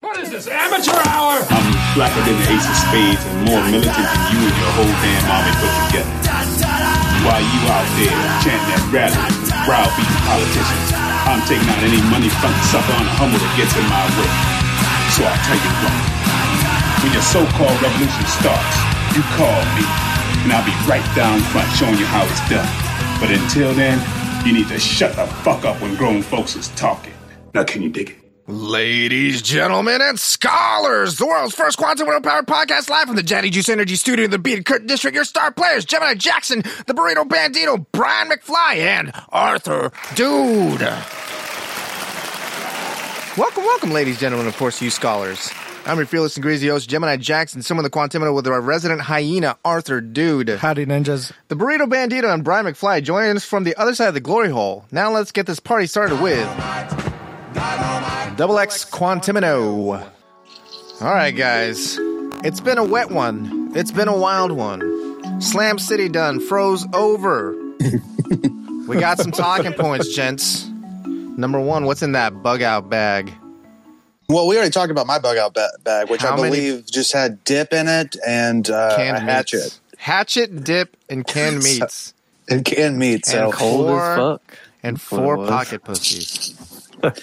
What is this, amateur hour? I'm blacker than the ace of spades and more militant than you and your whole damn army put together. While you out there chanting that rally, browbeating politicians, I'm taking out any money from the sucker on the humble that gets in my way. So I'll tell you what. When your so-called revolution starts, you call me, and I'll be right down front showing you how it's done. But until then, you need to shut the fuck up when grown folks is talking. Now can you dig it? Ladies, gentlemen, and scholars, the world's first quantum world powered podcast live from the Jetty Juice Energy Studio in the Beat Curtain District. Your star players, Gemini Jackson, the Burrito Bandito, Brian McFly, and Arthur Dude. Welcome, welcome, ladies, gentlemen, of course, you scholars. I'm your fearless and greasy host, Gemini Jackson, someone the Quantimino with our resident hyena, Arthur Dude. Howdy, ninjas. The Burrito Bandito and Brian McFly joining us from the other side of the glory hole. Now let's get this party started with Double X Quantimino. All right, guys. It's been a wet one. It's been a wild one. Slam City done froze over. we got some talking points, gents. Number one, what's in that bug out bag? Well, we already talked about my bug out ba- bag, which How I many- believe just had dip in it and uh, Canned a hatchet meats. Hatchet, dip, and canned meats. and canned meat. So And cold. Old Four as fuck. and what it four was. pocket pussies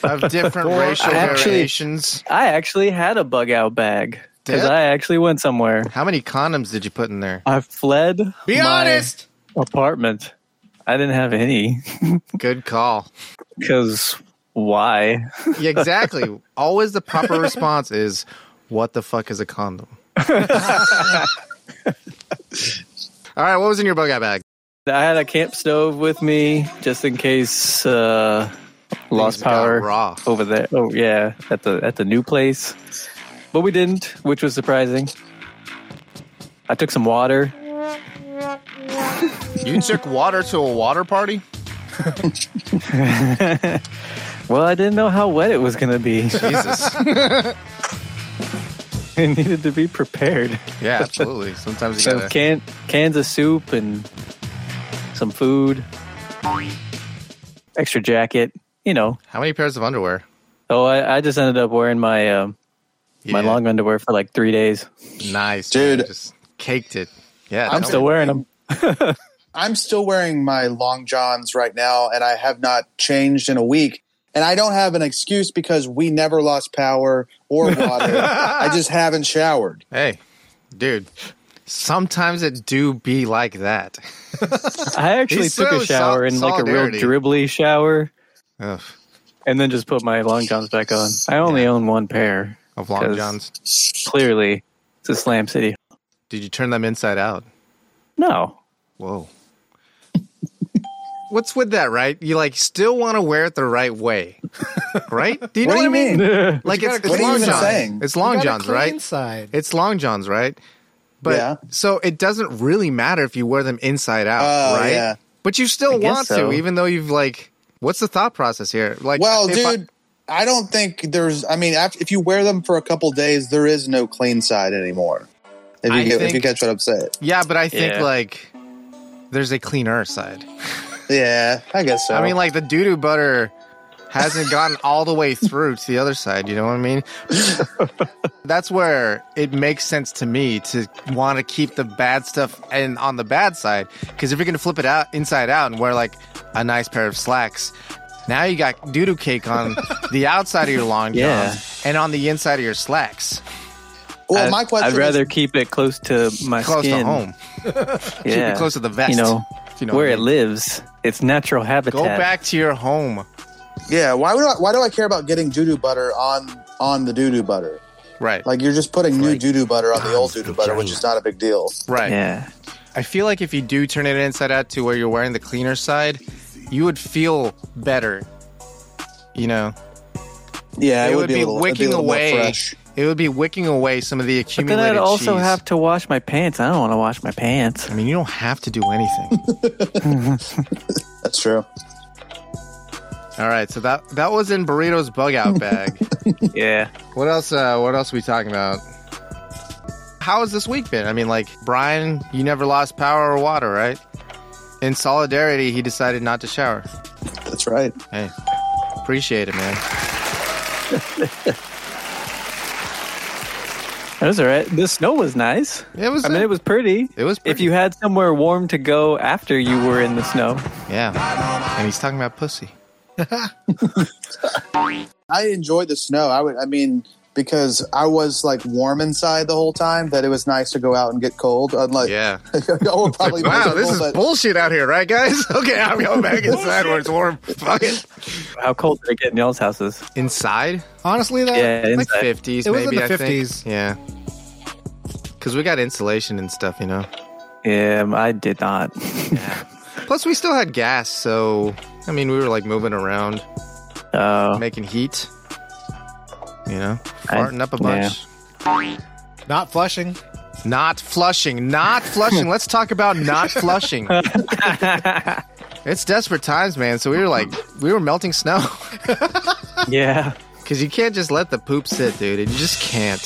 of different racial I actually- variations. I actually had a bug out bag because Dip? I actually went somewhere. How many condoms did you put in there? I fled Be my honest. apartment. I didn't have any Good call. because why? Yeah, exactly. Always the proper response is, "What the fuck is a condom?" All right, what was in your bug out bag? I had a camp stove with me just in case uh, lost Things got power raw. over there. Oh yeah, at the at the new place, but we didn't, which was surprising. I took some water. You took water to a water party. Well, I didn't know how wet it was going to be. Jesus. I needed to be prepared. Yeah, absolutely. Sometimes you Some gotta. can cans of soup and some food, extra jacket. You know. How many pairs of underwear? Oh, I, I just ended up wearing my um my Yeah. long underwear for like three days. Nice, Dude. Just caked it. Yeah, I'm tell still me. wearing them. I'm still wearing my long johns right now, and I have not changed in a week. And I don't have an excuse because we never lost power or water. I just haven't showered. Hey, dude. Sometimes it do be like that. I actually He's took so a shower sol- in like a real solidarity. dribbly shower, Ugh, and then just put my long johns back on. I only own one pair. of long 'Cause johns. Clearly, it's a slam city. Did you turn them inside out? No, Whoa. What's with that, right? You like still want to wear it the right way, right? Do you know What do what, you I mean? mean? Like it's, it's What are you long even johns. saying? It's long You gotta johns, clean right? Inside. It's long johns, right? But Yeah. so it doesn't really matter if you wear them inside out, Oh, right? yeah. But you still guess want so. to, even though you've like. What's the thought process here? Like, Well, if I- dude, I, don't think there's. I mean, after, if you wear them for a couple days, there is no clean side anymore. If I you, get, think- if you catch what I'm saying, yeah, but I think Yeah. like there's a cleaner side. yeah, I guess so. I mean, Oh. like the doo doo butter hasn't gotten all the way through to the other side. You know what I mean? That's where it makes sense to me to want to keep the bad stuff and on the bad side. Because if you're gonna flip it out inside out and wear like a nice pair of slacks, now you got doo doo cake on the outside of your long johns Yeah. and on the inside of your slacks, well, I- my question. I'd rather Is, keep it close to my close skin. to home, Yeah. keep it close to the vest. You know, if you know where what I it mean. lives, its natural habitat. Go back to your home, yeah, why would I, why do I care about getting doo doo butter on on the doo doo butter? right? Like you're just putting new doo doo butter on the old doo doo butter, which is not a big deal. right. Yeah. I feel like if you do turn it inside out to where you're wearing the cleaner side, you would feel better. You know, Yeah, it, would be a little- it'd be a wicking little more away. fresh. It would be wicking away some of the But then accumulated I'd also cheese. have to wash my pants. I don't want to wash my pants. I mean, you don't have to do anything. That's true. All right, so that that was in Burrito's bug out bag. yeah. what else? Uh, what else are we talking about? How has this week been? I mean, like Brian, you never lost power or water, right? In solidarity, he decided not to shower. That's right. Hey, appreciate it, man. That was all right. The snow was nice. It was. I mean, it was pretty. It was If pretty. you had somewhere warm to go after you were in the snow, yeah. And he's talking about pussy. I enjoyed the snow. I would, I mean, because I was like warm inside the whole time, that it was nice to go out and get cold. Unlike, Yeah. y'all were probably Wow, this miserable, is but- bullshit out here, right, guys? Okay, I'm going back inside where it's warm. Fuck it. how cold did it get in y'all's houses? Inside, Honestly, though, Yeah, like inside. fifties, It was in maybe. the I think. 50s. Yeah. Because we got insulation and stuff, you know. Yeah, Um, I did not. Plus, we still had gas, so I mean, we were like moving around, Oh, making heat. You know, I- farting up a bunch. not flushing. Not flushing, not flushing. Let's talk about not flushing. it's desperate times, man. So we were like, we were melting snow yeah. because you can't just let the poop sit, dude. You just can't.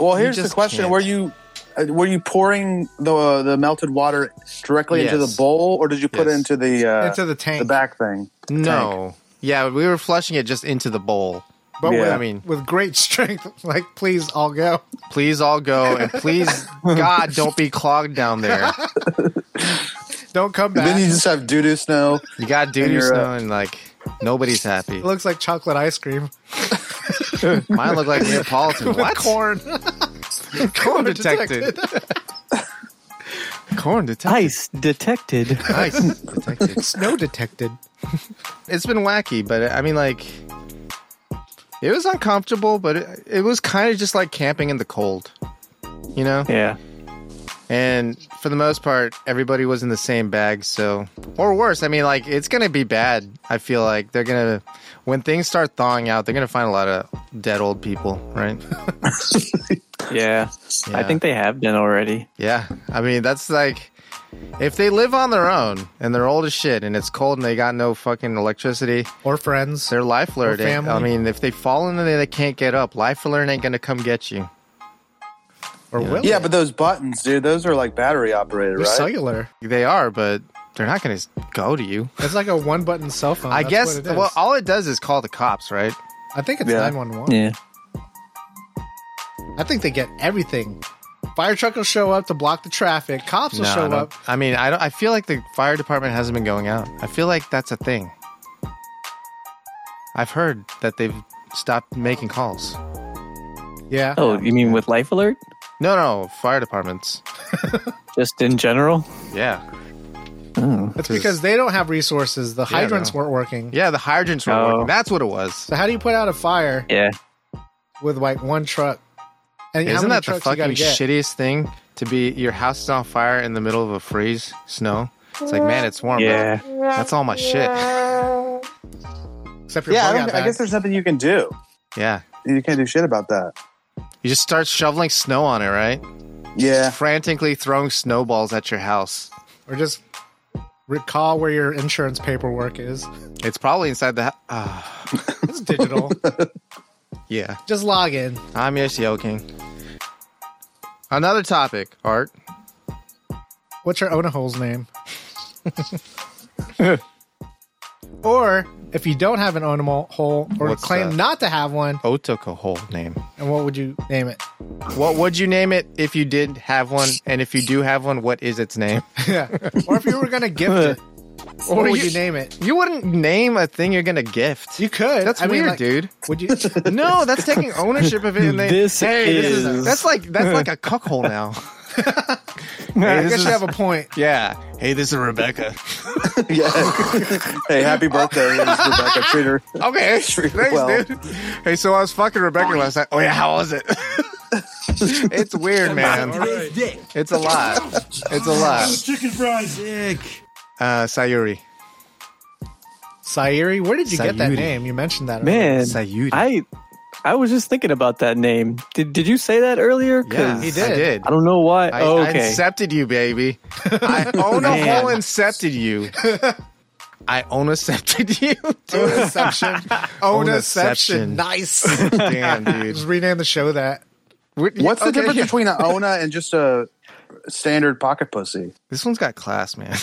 Well, You here's the just question: can't. Were you uh, were you pouring the uh, the melted water directly into Yes. the bowl, or did you put Yes. it into the uh, Into the tank. the back thing? No. Yeah, we were flushing it just into the bowl. But Yeah. with, I mean- with great strength, like please, all go. Please all go and please God don't be clogged down there. Don't come back. Then you just have doo doo snow. You got duty you're, uh, snow and like nobody's happy. it looks like chocolate ice cream Mine look like Neapolitan. with what? corn. Corn detected. Corn detected. Ice detected. Nice. detected. Snow detected. It's been wacky, but I mean, like, it was uncomfortable, but it, it was kind of just like camping in the cold, you know? Yeah. And for the most part, everybody was in the same bag. So, or worse, I mean, like, it's going to be bad. I feel like they're going to, when things start thawing out, they're going to find a lot of dead old people, right? yeah, I Yeah. think they have been already. Yeah. I mean, that's like, if they live on their own and they're old as shit and it's cold and they got no fucking electricity, Or friends. their life alert. ain't- family. I mean, if they fall in there, they can't get up. Life alert ain't going to come get you. Or will Yeah, they? but those buttons, dude, those are like battery operated, They're right? cellular. They are, but they're not going to go to you. It's like a one button cell phone. I That's guess, what it is. well, all it does is call the cops, right? I think it's Yeah. 911. Yeah. I think they get everything. Fire truck will show up to block the traffic. Cops will No, I show don't- up. I mean, I don't. I feel like the fire department hasn't been going out. I feel like that's a thing. I've heard that they've stopped making calls. Yeah. Oh, you mean with life alert? No, no, fire departments. Just in general? Yeah, That's because they don't have resources. The hydrants no. weren't working. yeah, the hydrants were Oh. working. That's what it was. So how do you put out a fire Yeah. with like one truck? And how Isn't many that the trucks you gotta fucking get? shittiest thing to be? Your house is on fire in the middle of a freeze, snow. It's like, man, it's warm. Yeah. but that's all my shit. Except your Yeah, I, bug out don't, I back. guess there's nothing you can do. Yeah, You can't do shit about that. you just start shoveling snow on it, right? Yeah, Frantically throwing snowballs at your house. or just recall where your insurance paperwork is. It's probably inside the. Uh, It's digital. yeah. just log in. I'm Yoshio King. Another topic, art. What's your Onahole's name? or if you don't have an Onahole hole or What's claim that? not to have one, Otoko Oh, whole name. and what would you name it? What would you name it if you did have one? And if you do have one, what is its name? Yeah. or if you were gonna gift it, what would you- you, name it? You wouldn't name a thing you're gonna gift. You could. that's I mean, weird, like, dude. Would you? No, that's taking ownership of it. And they, This hey, this is- is that's like that's like a cuckhole now. I Hey, guess this you is- have a point. yeah. Hey, this is Rebecca. yeah. hey, happy birthday, Rebecca Treater. Okay, thanks, Well- dude. Hey, so I was fucking Rebecca last night. Oh yeah, how was it? it's weird, man. It's a lot. It's a lot. Chicken fries. Uh, Sayuri. Sayuri, where did you get that Sayuri. name? You mentioned that. earlier. Man, Sayuri. I I was just thinking about that name. Did Did you say that earlier? 'Cause Yeah, he did. I did. I don't know why. I, oh, I okay. incepted you, baby. I own a Man. whole incepted you. I own accepted you. Onaception. Onaception. Onaception. Nice. Damn, dude. Just rename the show that. What's the Okay, difference yeah. between an Ona and just a standard pocket pussy? This one's got class, man.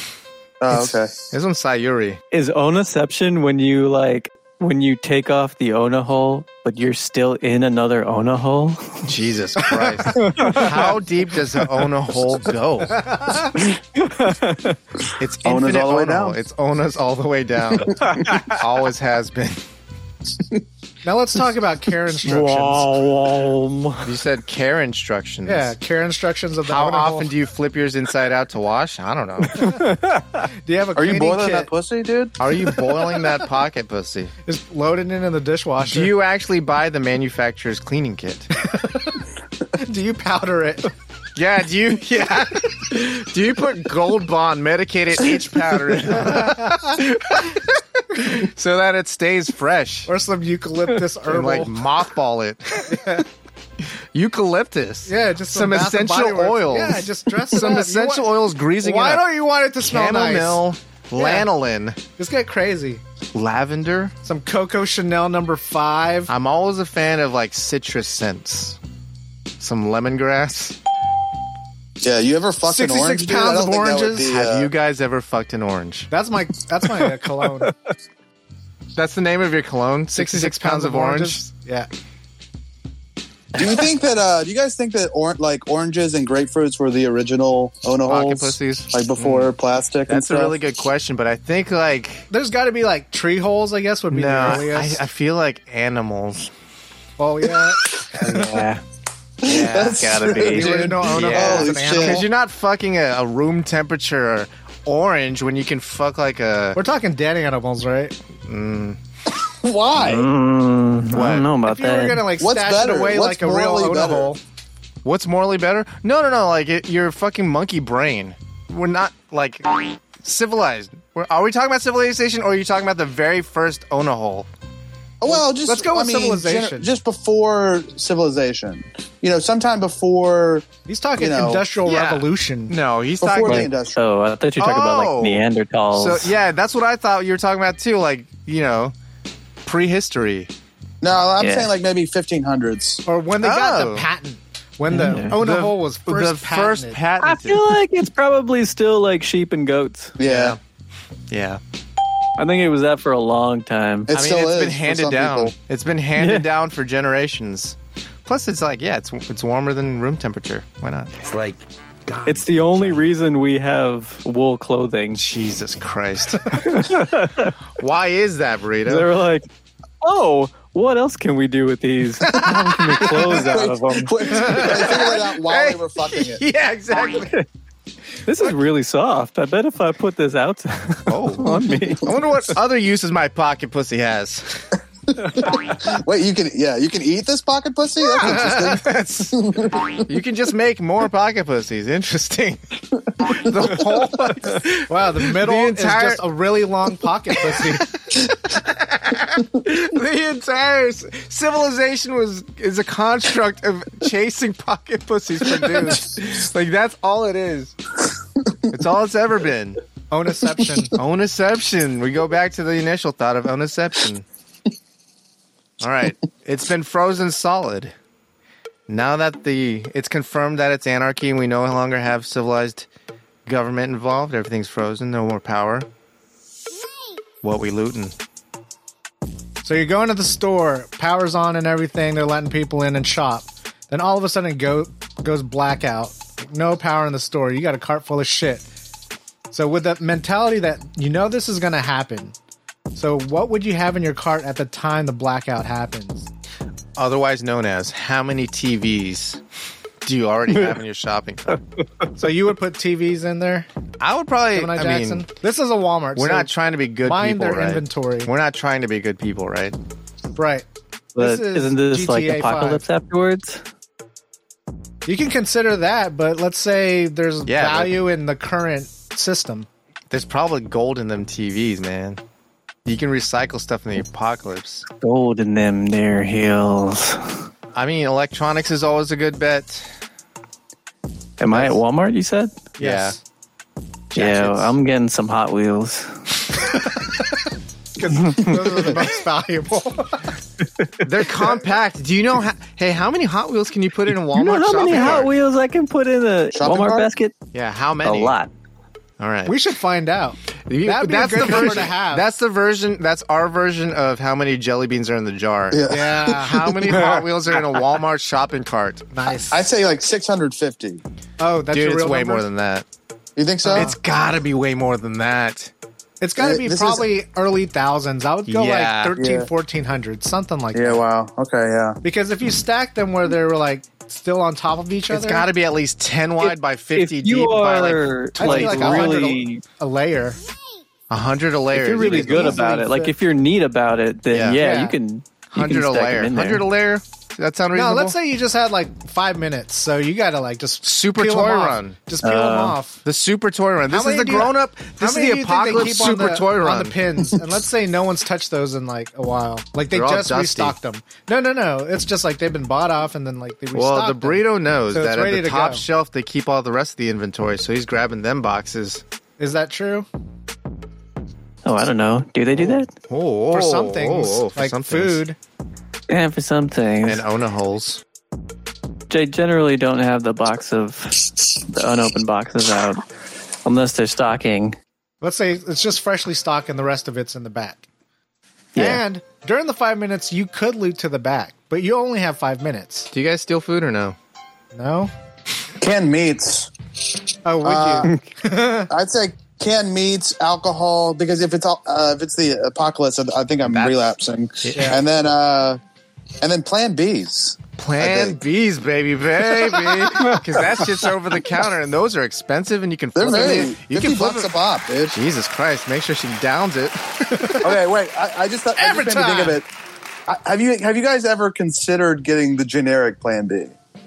Oh, okay. This one's Sayuri. Is onaception when you like when you take off the ona hole, but you're still in another ona hole? Jesus Christ. How deep does the Ona hole go? It's Ona's infinite all the way Ona. down. It's Ona's all the way down. Always has been. Now let's talk about care instructions. Wom. You said care instructions. yeah, care instructions of the How Ona hole. often do you flip yours inside out to wash? I don't know. Do you have a Are you cleaning boiling kit? that pussy, dude? Are you boiling that pocket pussy? Just loading it in the dishwasher. Do you actually buy the manufacturer's cleaning kit? do you powder it? Yeah, do you yeah? Do you put gold bond medicated itch powder in so that it stays fresh? Or some eucalyptus And herbal? like mothball it. Eucalyptus. yeah, just some, Some Bath and Body essential Works. oils. Yeah, just dress it Some up. You essential want- oils greasing Why it up. don't you want it to smell nice? Chamomile, lanolin, Just get crazy. lavender. Some Coco Chanel number five. I'm always a fan of like citrus scents. Some lemongrass. Yeah, you ever fucked an 66 orange? dude? pounds I don't of think that would oranges? be, uh, Have you guys ever fucked an orange? That's my that's my uh, cologne. That's the name of your cologne. 66 pounds of orange. oranges. Yeah. Do you think that? Uh, do you guys think that or- like oranges and grapefruits were the original Ona Pocket holes? pussies. Like before plastic. and That's a stuff? really good question, but I think like There's got to be like tree holes. I guess would be no, the I, earliest. I feel like animals. oh yeah. Yeah. Yeah, That's gotta true, be. The original owner Yeah. of Holy an animal. because you're not fucking a, a room temperature orange when you can fuck like a We're talking dead animals, right? Why? Mm, I What? don't know about If you were that. gonna like What's stash better? it away What's like a real morally owner better? hole, what's morally better? No, no, no. Like it, you're fucking monkey brain. We're not like civilized. We're, are we talking about civilization or are you talking about the very first Ona hole? Oh, Well, just let's go with I mean, civilization. gener- just before civilization, you know, sometime before he's talking You know, industrial yeah. revolution. No, he's Before talking. the Like, industrial. oh, I thought you were talking Oh. about like Neanderthals. so yeah, that's what I thought you were talking about too. Like you know, prehistory. No, I'm Yeah. saying like maybe 1500s. Or when they got the Oh. patent, when the owner Mm-hmm. The- hole was first the first patented. I patent. feel like it's probably still like sheep and goats. Yeah, Yeah. I think it was that for a long time. it I mean, still it's is been for handed some down. people. It's been handed Yeah. down for generations. Plus, it's like, yeah, it's it's warmer than room temperature. Why not? It's the only reason we have wool clothing. Jesus Christ! Why is that burrito? They were like, "Oh, what else can we do with these? How can we clothes out of them? Quick, they figured it out while they were fucking it. yeah, exactly. This is really soft. I bet if I put this out Oh, on me, I wonder what other uses my pocket pussy has. Wait, you can yeah, you can eat this pocket pussy. That's interesting. That's- you can just make more pocket pussies. Interesting. The whole Wow, the middle The is entire- just a really long pocket pussy. the entire s- civilization was is a construct of chasing pocket pussies from dudes. like that's all it is. It's all it's ever been. Onaception. Onaception. We go back to the initial thought of onaception. All right, it's been frozen solid. Now that the it's confirmed that it's anarchy and we no longer have civilized government involved, everything's frozen. No more power. What we looting? So you're going to the store, power's on and everything. They're letting people in and shop. Then all of a sudden, it go goes blackout. No power in the store. You got a cart full of shit. So with the mentality that you know this is going to happen. So what would you have in your cart at the time the blackout happens? otherwise known as how many TVs do you already have in your shopping cart? So you would put TVs in there, I would probably. Gemini I Jackson. mean, this is a Walmart. we're so- not trying to be good mind people, their right? inventory. We're not trying to be good people, right? right. but is isn't this like GTA apocalypse afterwards? You can consider that, but let's say there's Yeah, but- value in the current system. There's probably gold in them TVs, man. You can recycle stuff in the apocalypse. Gold in them near heels. I mean, electronics is always a good bet. Am I at Walmart? You said? Yes. Yeah, Jackets. I'm getting some Hot Wheels. Those are the most valuable. Yeah, they're compact. Do you know? How, hey, how many Hot Wheels can you put in a Walmart? You know how many shopping Hot cart? Wheels I can put in a Shopping Walmart cart? basket? Yeah, how A many? lot. All right. We should find out. You- That'd be a good number to version. have. That's the version. That's our version of how many jelly beans are in the jar. Yeah, How many Hot Wheels are in a Walmart shopping cart? nice. I say like 650. oh, that's Dude, your it's real way number? more than that. You think so? It's got to be way more than that. It's got to Uh, be this is- probably early thousands. I would go Yeah. like 13, Yeah. 1400, something like yeah, that. wow. Okay, yeah. Because if you stack them where they were like still on top of each other, It's got to be at least 10 wide by 50 if deep you by like are I'd say, like, like, 100 really, a layer. 100 a layer. if you're really You can good easily- about it, like if you're neat about it, Yeah. then yeah, Yeah. you can. you can 100 a stack 'em layer. in there. 100 a layer? Does that sound No, reasonable? let's say you just had like five minutes, so you got to like just Super peel 'em toy off. run. Just peel them Uh, off. the super toy run. This How is many the do you- grown up. How This is many the do you think they apocalypse keep on super the- toy run. on the pins. and let's say no one's touched those in like a while. Like they They're all just dusty. restocked them. No, no, no. It's just like they've been bought off and then like they restocked. Well, the them. burrito knows So it's that at ready the to top go. shelf they keep all the rest of the inventory, so he's grabbing them boxes. Is that true? Oh, I don't know. Do they do that? Oh, For oh, some things, oh, oh, for like some things. food. Yeah, for some things. and Ona holes. They generally don't have the box of the unopened boxes out unless they're stocking. Let's say it's just freshly stocked and the rest of it's in the back. Yeah. And during the five minutes, you could loot to the back, but you only have five minutes. Do you guys steal food or no? No? Canned meats. Oh, would you? I'd say canned meats, alcohol, because if it's all, uh, if it's the apocalypse, I I think I'm That's- relapsing. Yeah. And then uh, and then Plan B's. Plan think. B's, baby, baby, because that shit's over the counter, and those are expensive, and you can They're flip very it. You can flip bucks it. a pop, dude. Jesus Christ! Make sure she downs it. okay, wait. I, I just thought I Every just made me think of time. it. I, have you have you guys ever considered getting the generic Plan B? Uh,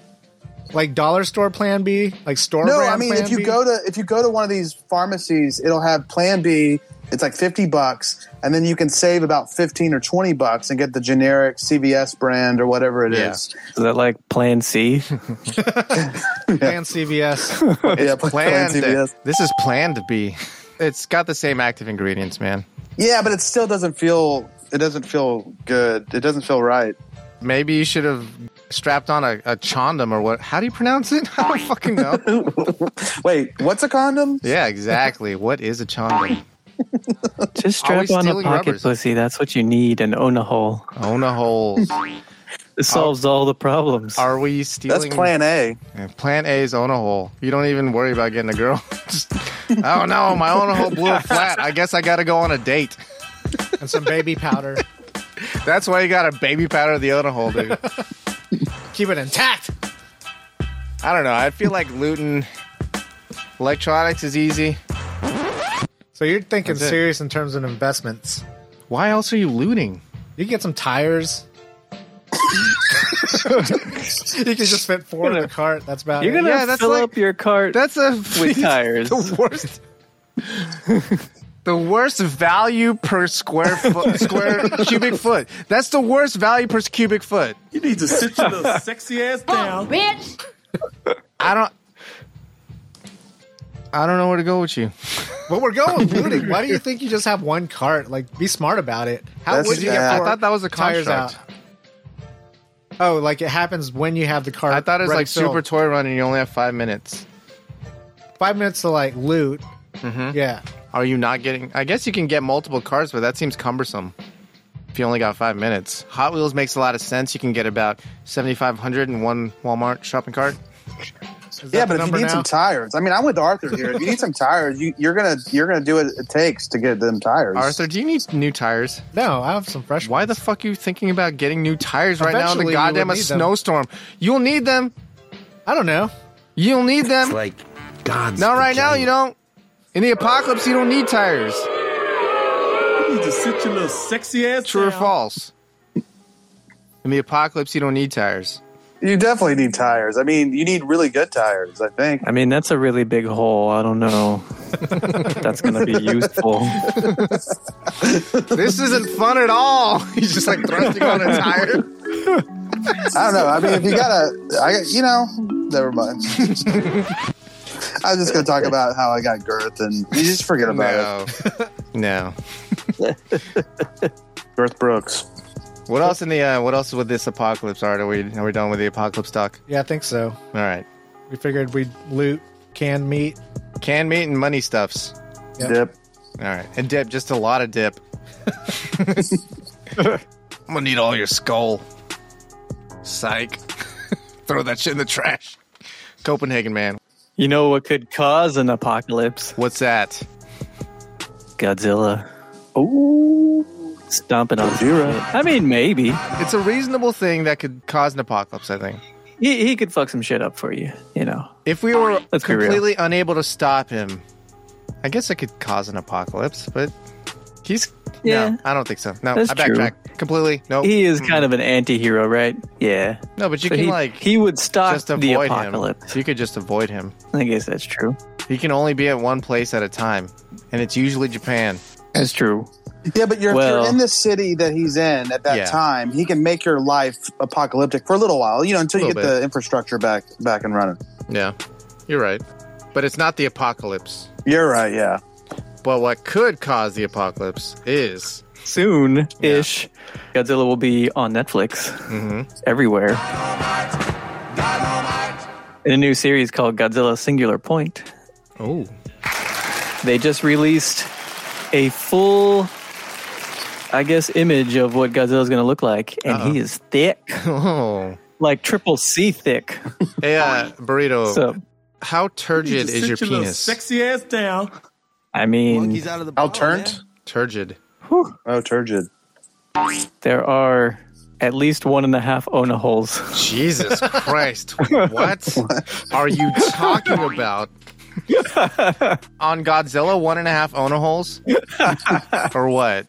Like dollar store plan B? Like store No, brand I mean plan if you B? go to if you go to one of these pharmacies, it'll have Plan B. It's like fifty bucks, and then you can save about fifteen or twenty bucks and get the generic CVS brand or whatever it Yeah. is. Is that like Plan C? Plan CVS. Yeah, Plan. This is Plan to be. It's got the same active ingredients, man. Yeah, but it still doesn't feel it doesn't feel good. It doesn't feel right. Maybe you should have strapped on a, a chondom or what? How do you pronounce it? I don't fucking know. Wait, what's a condom? yeah, exactly. What is a chondom? Just strap Always on a stealing pocket rubbers. pussy. That's what you need and own a hole. Ona holes. It solves all the problems. Are we stealing? That's Plan A. Yeah, Plan A is own a hole. You don't even worry about getting a girl. Just, oh no, my own hole blew flat. I guess I got to go on a date. and some baby powder. That's why you got a baby powder the own a hole, dude. Keep it intact. I don't know. I feel like looting electronics is easy. So you're thinking That's it. serious in terms of investments. Why else are you looting? You can get some tires. you can just fit four in a cart. That's about You're it. gonna Yeah, that's fill like- up your cart That's a with tires. The worst. The worst value per square foot, square cubic foot. That's the worst value per cubic foot. You need to sit your little sexy ass down. Bitch! I don't. I don't know where to go with you. But we're going looting. Why do you think you just have one cart? Like, be smart about it. How That's would you bad. get I four thought that was a tires out? Oh, like it happens when you have the cart. I thought it was ready like filled. Super Toy Run, and you only have five minutes. five minutes to like loot. Mm-hmm. Yeah, Are you not getting? I guess you can get multiple cars, but that seems cumbersome. If you only got five minutes, Hot Wheels makes a lot of sense. You can get about seventy five hundred in one Walmart shopping cart. Is Yeah, that the but if you number need now? some tires, I mean, I'm with Arthur here. If you need some tires, you, you're gonna you're gonna do what it takes to get them tires. Arthur, do you need new tires? no, I have some fresh. Why ones. the fuck are you thinking about getting new tires right now in Eventually the you would goddamn need them. snowstorm? You'll need them. I don't know. You'll need them. like God's. Not right now. You don't. In the apocalypse, you don't need tires. You need to sit your little sexy ass True or down. false? In the apocalypse, you don't need tires. you definitely need tires. I mean, you need really good tires. I think. I mean, that's a really big hole. I don't know. if that's gonna be useful. This isn't fun at all. He's just like thrusting on a tire. I don't know. I mean, if you gotta, I you know, never mind. I was just gonna talk about how I got girth, and you just forget about No. no. it. Girth Brooks. What else in the uh, what else with this apocalypse art? Are we are we done with the apocalypse talk? Yeah, I think so. All right. We figured we'd loot canned meat. Canned meat and money stuffs. Yep. Yep. All right. And dip, just a lot of dip. I'm going to need all your skull. Psych. Throw that shit in the trash. Copenhagen, man. You know what could cause an apocalypse? What's that? Godzilla. Ooh. Stomping on Zero. I mean, maybe. It's a reasonable thing that could cause an apocalypse, I think. He, he could fuck some shit up for you, you know. If we were Let's be real. completely unable to stop him, I guess I could cause an apocalypse, but he's. Yeah. No, I don't think so. No, That's I backtrack completely. No, He is kind of an anti hero, right? Yeah. no, but you So can he, like he would stop just the avoid him. apocalypse. You could just avoid him. I guess that's true. He can only be at one place at a time, and it's usually Japan. That's true. Yeah, but you're, if Well- you're in the city that he's in at that Yeah. time, he can make your life apocalyptic for a little while, you know, until you get Little the infrastructure back back and running. Yeah, you're right. But it's not the apocalypse. You're right, yeah. But what could cause the apocalypse is Soon ish, Godzilla will be on Netflix Mm-hmm. everywhere. In a new series called Godzilla Singular Point. oh, they just released a full i guess image of what godzilla's going to look like and he is thick Uh-huh. oh, like triple c thick hey, uh, burrito. so how turgid Just is sit your little penis? sexy ass down. i mean out of the How turned? turgid. Oh, turgid. there are at least one and a half ona holes Jesus Christ. What are you talking about? On Godzilla, one and a half Ona holes? or what?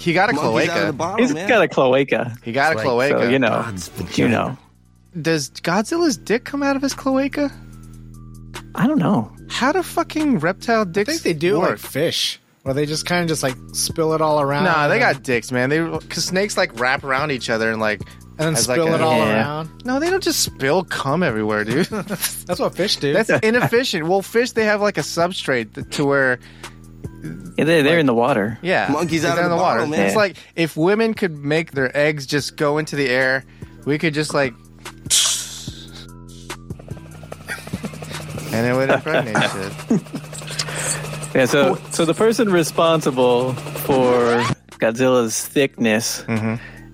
He got a cloaca. bottle, He's got a cloaca He got a Oh, cloaca. so you know you know Does Godzilla's dick come out of his cloaca? i don't know How do fucking reptile dicks I think they do like work? fish, where they just kind of just like spill it all around. Nah, they and then- got dicks, man. They cause snakes like wrap around each other and like and then as, like, spill it a- all Yeah. around. no, they don't just spill cum everywhere, dude. That's what fish do. That's inefficient. Well, fish they have like a substrate th- to where Yeah, they- they're in the water Yeah, Monkeys They're out of in the bottle, man. It's like if women could make their eggs just go into the air, we could just like, and it would impregnate shit. yeah so so the person responsible for godzilla's thickness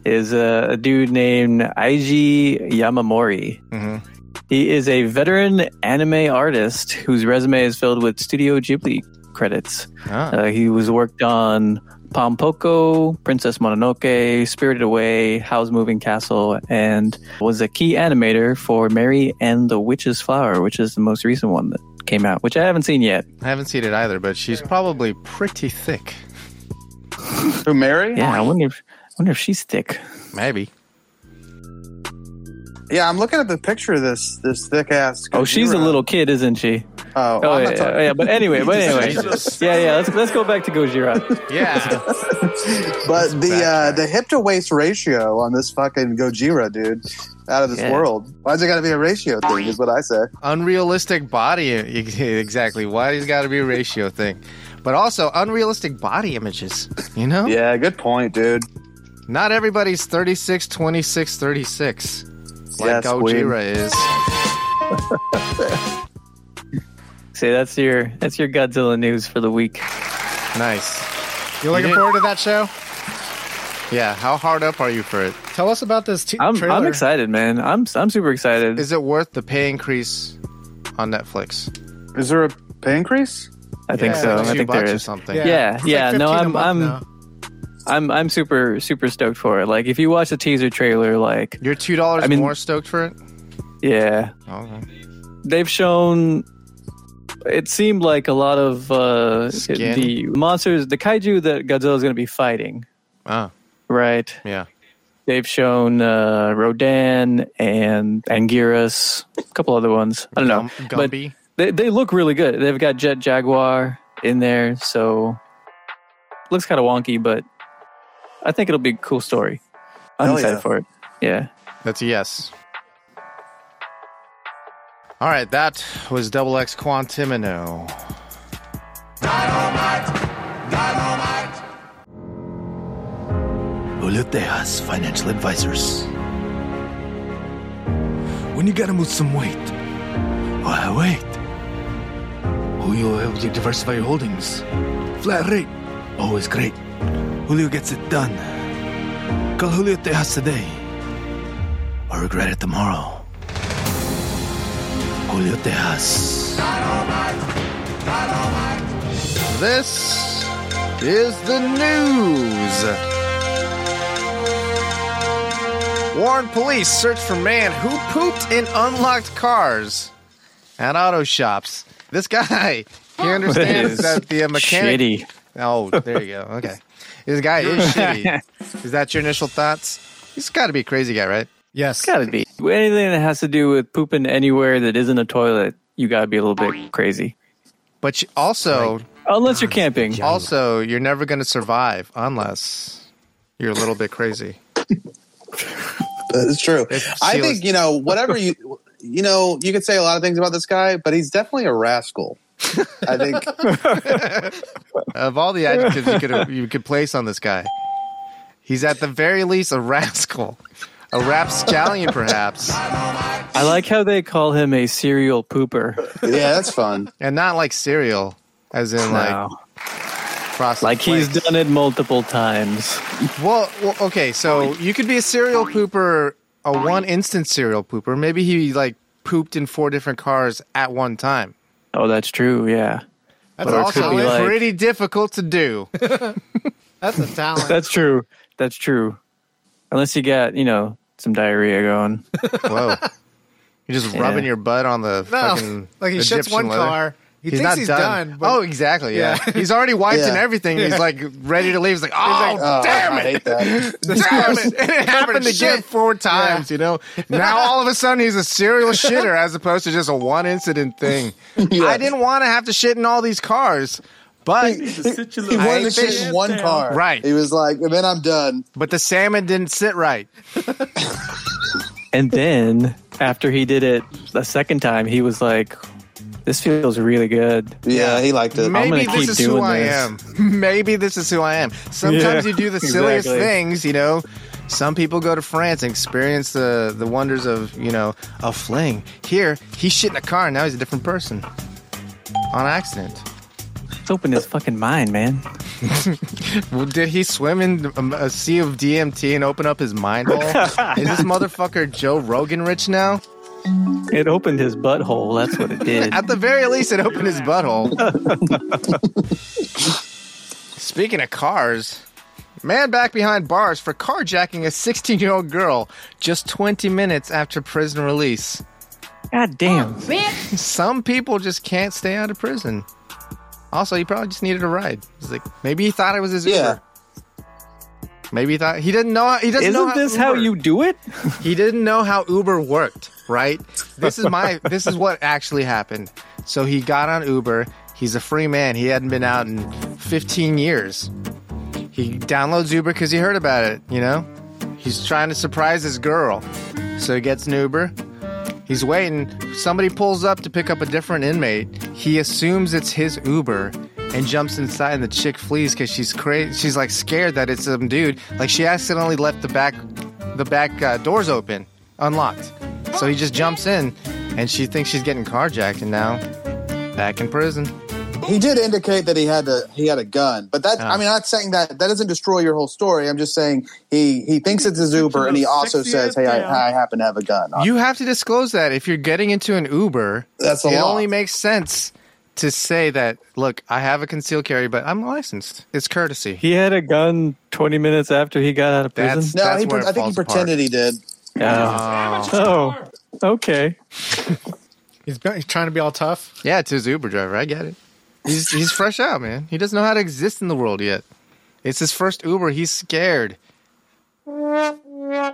is a, a dude named Aiji Yamamori. He is a veteran anime artist whose resume is filled with Studio Ghibli credits. Ah. Uh, he was worked on Pompoko, Princess Mononoke, Spirited Away, Howl's Moving Castle, and was a key animator for Mary and the Witch's Flower, which is the most recent one that came out, which I haven't seen yet. I haven't seen it either, but she's probably pretty thick. Who, Mary? Yeah, I wonder if, I wonder if she's thick. Maybe. Yeah, I'm looking at the picture of this this thick ass. Oh, she's a little kid, isn't she? Oh, Oh, I'm yeah, not talking- yeah, yeah, but anyway, but anyway, Jesus. yeah, yeah. Let's let's go back to Gojira. Yeah. but the uh, backtrack. the hip to waist ratio on this fucking Gojira dude, out of this Yeah. world. Why's it got to be a ratio thing? Is what I say. unrealistic body. Exactly. Why there's got to be a ratio thing, but also unrealistic body images. You know. Yeah, good point, dude. Not everybody's 36, 26, 36. Yeah, Like it's Gojira is. See, that's your that's your Godzilla news for the week. Nice. you looking didn't- forward to that show? Yeah, how hard up are you for it? Tell us about this t- I'm trailer. I'm excited, man. I'm I'm super excited. Is it worth the pay increase on Netflix? Is there a pay increase? I think Yeah, so. like I two think bucks there or is. something. Yeah, It's yeah, no, 15 a I'm- month I'm- now. I'm I'm super super stoked for it. Like if you watch the teaser trailer, like You're two dollars I mean- more stoked for it. Oh, yeah, Okay. they've shown. It seemed like a lot of uh, Skin? the monsters, the kaiju that Godzilla's going to be fighting, Oh, right? yeah. They've shown uh, Rodan and Anguirus, a couple other ones. I don't know, Gum- but Gumby. they they look really good. They've got Jet Jaguar in there, so looks kind of wonky, but I think it'll be a cool story. I'm Hell excited yeah. for it. Yeah, That's a yes. All right, that was Double X Quantimino. Oletejas Financial Advisors. When you gotta lose some weight, why wait? Julio helps you diversify your holdings. Flat rate, always great. Julio gets it done. Call Julio Tejas today, or regret it tomorrow. Julio Tejas. This is the news. Warren police search for man who pooped in unlocked cars at auto shops. This guy, he understands is that the uh, mechanic. Shitty. Oh, there you go. Okay. This guy is shitty. Is that your initial thoughts? He's got to be a crazy guy, right? Yes. Gotta be. Anything that has to do with pooping anywhere that isn't a toilet, you gotta be a little bit crazy. But you- also, Unless you're camping. also, you're never going to survive unless you're a little bit crazy. It's true. I she think was- you know whatever you you know you could say a lot of things about this guy, but he's definitely a rascal. I think Of all the adjectives you could you could place on this guy, he's at the very least a rascal, a rapscallion, perhaps, I like how they call him a serial pooper. yeah, that's fun. and not like cereal, as in like Wow. frosted like he's Flakes. done it multiple times. Well, well, okay, so you could be a serial pooper, a one instant serial pooper. Maybe he like pooped in four different cars at one time. Oh, that's true. Yeah. That's Or it also could be like- pretty difficult to do. that's a talent. That's true. That's true. Unless you got, you know, some diarrhea going. Whoa. You're just Yeah. rubbing your butt on the no, fucking like he shits Egyptian one leather. car. He he's thinks not he's done. done. but oh, exactly. Yeah. Yeah. he's already wiped and Yeah. everything. He's like ready to leave. He's like, oh, Oh, damn I it. hate that. Damn it. And it happened again four times, you know? Now all of a sudden he's a serial shitter as opposed to just a one incident thing. I didn't want to have to shit in all these cars, but To sit your He little wanted to ass fit in one down. car. Right. He was like, and then I'm done. but the salmon didn't sit right. And then after he did it the second time, he was like, this feels really good. Yeah, he liked it. gonna Maybe this keep is who doing I am. this. Maybe this is who I am. Sometimes Yeah, you do the silliest exactly. things, you know. Some people go to France and experience the, the wonders of, you know, a fling. Here, he's shit in a car and now he's a different person. On accident. Let's open his fucking mind, man. Well, did he swim in um, a sea of DMT and open up his mind hole? Is this motherfucker Joe Rogan rich now? It opened his butthole. That's what it did. At the very least, it opened his butthole. Speaking of cars, man back behind bars for carjacking a 16 year old girl just 20 minutes after prison release. God damn. Some people just can't stay out of prison. Also, he probably just needed a ride. He's like, maybe he thought it was his Uber. Yeah. Maybe he thought he didn't know. He doesn't know Isn't this how Uber- you do it? he didn't know how Uber worked, right? This is my this is what actually happened. So he got on Uber. He's a free man. He hadn't been out in 15 years. He downloads Uber cuz he heard about it, you know? He's trying to surprise his girl. So he gets an Uber. He's waiting. Somebody pulls up to pick up a different inmate. He assumes it's his Uber and jumps inside, and the chick flees because she's crazy. She's like scared that it's some dude. Like she accidentally left the back, the back uh, doors open, unlocked. So he just jumps in, and she thinks she's getting carjacked, and now back in prison. He did indicate that he had a he had a gun, but that I mean, I'm not saying that that doesn't destroy your whole story. I'm just saying he he thinks it's his Uber, and he also Sexy says, ass "Hey, down. I, I happen to have a gun." You have to disclose that if you're getting into an Uber. That's a it lot. only makes sense to say that. Look, I have a concealed carry, but I'm licensed. It's courtesy. He had a gun 20 minutes after he got out of prison. That's- no, he, where pre- it I think falls he apart. pretended he did. oh. oh, okay. he's, been- he's trying to be all tough. Yeah, it's his Uber driver. I get it. He's he's fresh out, man. He doesn't know how to exist in the world yet. It's his first Uber. He's scared.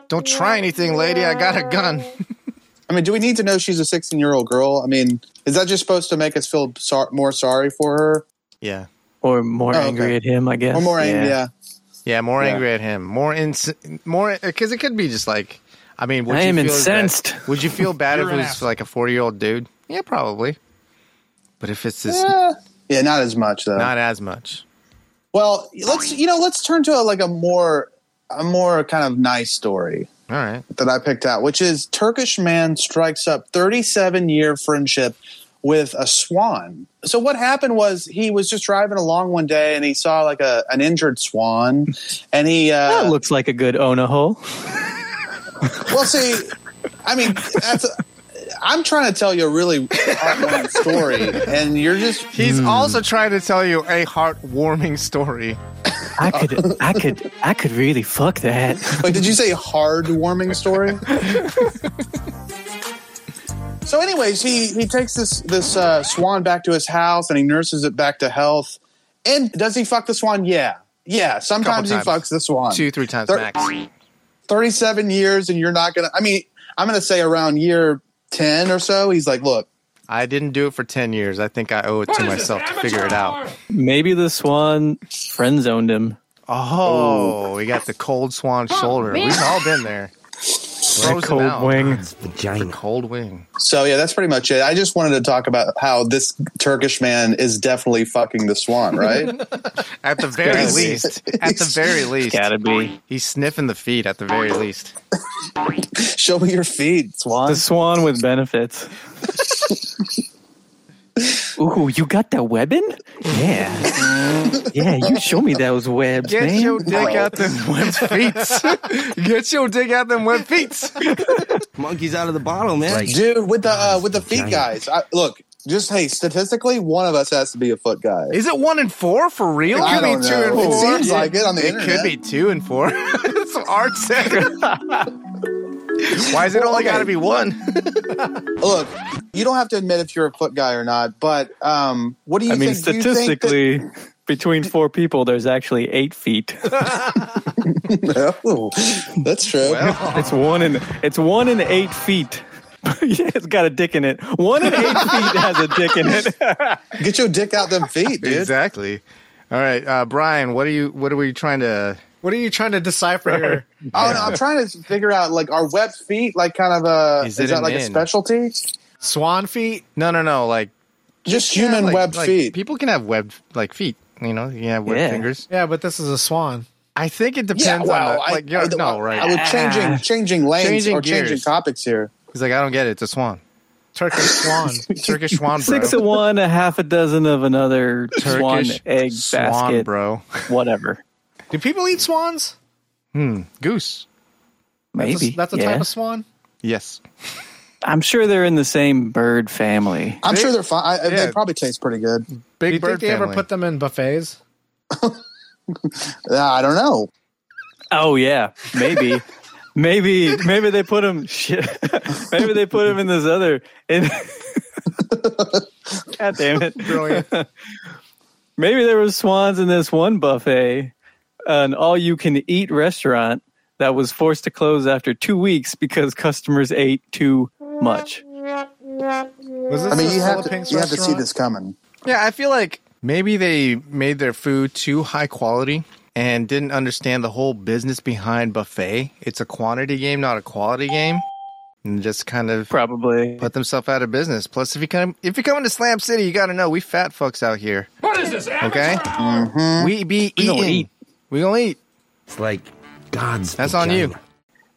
Don't try anything, lady. I got a gun. I mean, do we need to know she's a 16 year old girl? I mean, is that just supposed to make us feel sor- more sorry for her Yeah. Or more Oh, okay. angry at him, I guess. or more angry? Yeah. Yeah, more Yeah. angry at him. More ins more cuz it could be just like I mean, would I you am feel that- incensed. would you feel bad if You're it an was asshole. like a 40-year-old dude? Yeah, probably. But if it's this yeah, yeah, not as much though. not as much. well, let's you know, let's turn to a, like a more a more kind of nice story. All right. that I picked out, which is Turkish man strikes up 37 year friendship with a swan. So what happened was he was just driving along one day and he saw like a an injured swan, and he uh, That looks like a good Ona hole. well, see, I mean, that's. A, I'm trying to tell you a really heartwarming story, and you're just He's also trying to tell you a heartwarming story. I could, I could, I could really fuck that. Like, did you say hard warming story? so, anyways, he he takes this this uh, swan back to his house and he nurses it back to health. And does he fuck the swan? Yeah, yeah. Sometimes he Couple times. fucks the swan. Two, three times Thir- max. Thirty-seven years, and you're not gonna. I mean, I'm gonna say around year ten or so. He's like, look, I didn't do it for 10 years. I think I owe it to myself to figure it out. Maybe the swan friend zoned him. Oh, we got the cold swan shoulder. We've all been there. Frozen cold out. wing. Vagina. Cold wing. so yeah, that's pretty much it. I just wanted to talk about how this Turkish man is definitely fucking the swan, right? At the very Yes. least. At the very least. Gotta be. He's sniffing the feet at the very least. Show me your feet, swan. The swan with benefits. Ooh, you got that webbing? Yeah. Yeah, you show me those webs, Get man. your dick out them web feet. Get your dick out them web feet. Monkey's out of the bottle, man. dude with the uh, with the feet Giant. guys I, look just hey statistically one of us has to be a foot guy Is it one and four for real? I don't know. It seems like it on the It internet. could be two and four. it's art said. Why is it only got to be one? look you don't have to admit if you're a foot guy or not but um what do you I mean, think do you think that- statistically, between four people, there's actually eight feet. No, Oh, that's true It's one in it's one in eight feet. yeah, it's got a dick in it. One in eight feet has a dick in it. get your dick out them feet dude Exactly. All right, uh, Brian. What are you? What are we trying to? What are you trying to decipher here? oh no i'm trying to figure out like are web feet like kind of a Is it is, that an like a in? specialty Swan feet? No, no, no. Like just human like- webbed like, feet People can have web like feet. You know, you can have web Yeah. fingers. Yeah, but this is a swan. I think it depends yeah on wow the, like. you're- I, I, no, right? i was changing changing lanes Ah. Changing or changing gears. topics here He's like, I don't get it. It's a swan. Turkish swan. Turkish swan, bro. Six of one, a half a dozen of another swan Turkish egg swan, basket, bro. whatever. Do people eat swans? Goose. Maybe That's a, that's a yeah. type of swan? Yes. I'm sure they're in the same bird family. i'm sure they're fine I, yeah. they probably taste pretty good Do Big you bird think they family. ever put them in buffets? Uh, i don't know Oh yeah, maybe, maybe, maybe they put him. Shit, maybe they put him in this other. In, God damn it! Brilliant. Maybe there were swans in this one buffet, an all-you-can-eat restaurant that was forced to close after two weeks because customers ate too much. Was this I mean, a you have, to, Solapinks you have to see restaurant? this coming. Yeah, I feel like maybe they made their food too high quality and didn't understand the whole business behind buffet. It's a quantity game, not a quality game, and just kind of Probably. put themselves out of business. Plus, if you come if you come into Slam City, you got to know we fat fucks out here. What is this? Okay, we be We eating. don't We eat. gonna eat. It's like God's. That's on you. vagina.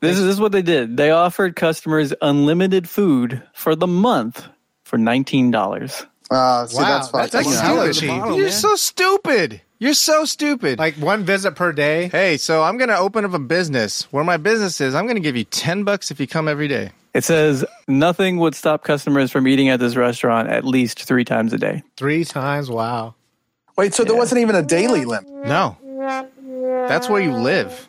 This is, this is what they did. They offered customers unlimited food for the month for nineteen dollars. Uh, see, Wow, that's fucked. that's up. actually Yeah. Stupid. You're really so stupid. You're so stupid. Like one visit per day? hey, so I'm gonna open up a business. Where my business is, I'm gonna give you ten bucks if you come every day. It says nothing would stop customers from eating at this restaurant at least three times a day. Three times? Wow. Wait, so there wasn't even a daily limit? No, that's where you live.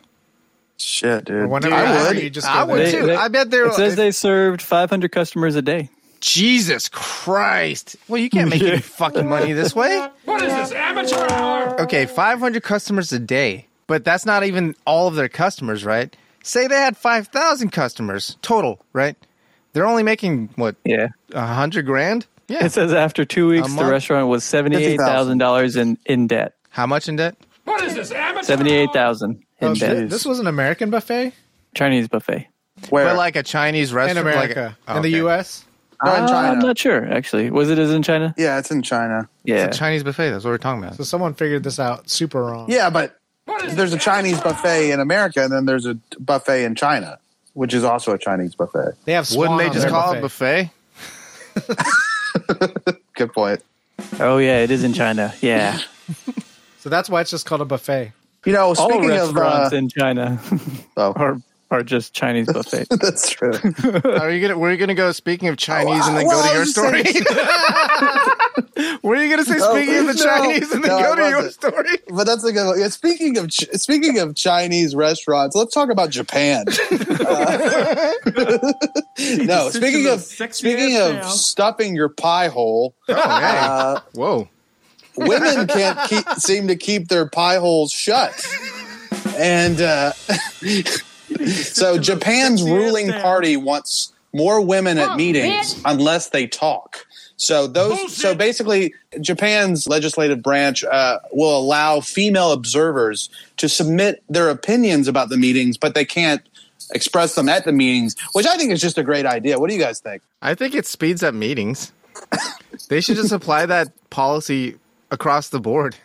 Shit, dude. Whenever Dude, you're I hungry, would. You just I go would there. too. I bet they're- It says they served 500 customers a day. Jesus Christ. Well, you can't make any fucking money this way. What is this, amateur Okay, 500 customers a day, but that's not even all of their customers, right? Say they had 5,000 customers total, right? They're only making, what, a Yeah. 100 grand? Yeah. It says after two A weeks, month? the restaurant was $78,000 in, in debt. How much in debt? 78000 in Oh, debt. shit. This was an American buffet Chinese buffet. Where? But like a Chinese in restaurant. America, like, in the okay. U.S. no, Oh, in Uh, China. I'm not sure, actually. Was it is in China? yeah, it's in China. Yeah. It's a Chinese buffet. That's what we're talking about. So someone figured this out super wrong. Yeah, but there's a Chinese buffet in America, and then there's a buffet in China, which is also a Chinese buffet. They have swan Wouldn't they on just their call buffet. it buffet? Good point. Oh yeah, it is in China. Yeah, So that's why it's just called a buffet. You know, all speaking of uh, restaurants in China oh, are are just Chinese buffet. that's true. Are you gonna? Were you gonna go? Speaking of Chinese, and then Well, go I to your was just story. were you gonna say No, speaking of the no, Chinese, and then no, go I to your wasn't. story? But that's a good. One. Yeah, Speaking of Ch- speaking of Chinese restaurants, let's talk about Japan. Uh, no, speaking of Sexy speaking ass of now. stuffing your pie hole, uh, Whoa! women can't keep, seem to keep their pie holes shut, and uh, so Japan's sexy ass ruling down. party wants more women at meetings unless they talk. So those, so basically, Japan's legislative branch uh, will allow female observers to submit their opinions about the meetings, but they can't express them at the meetings, which I think is just a great idea. What do you guys think? I think it speeds up meetings. they should just apply that policy across the board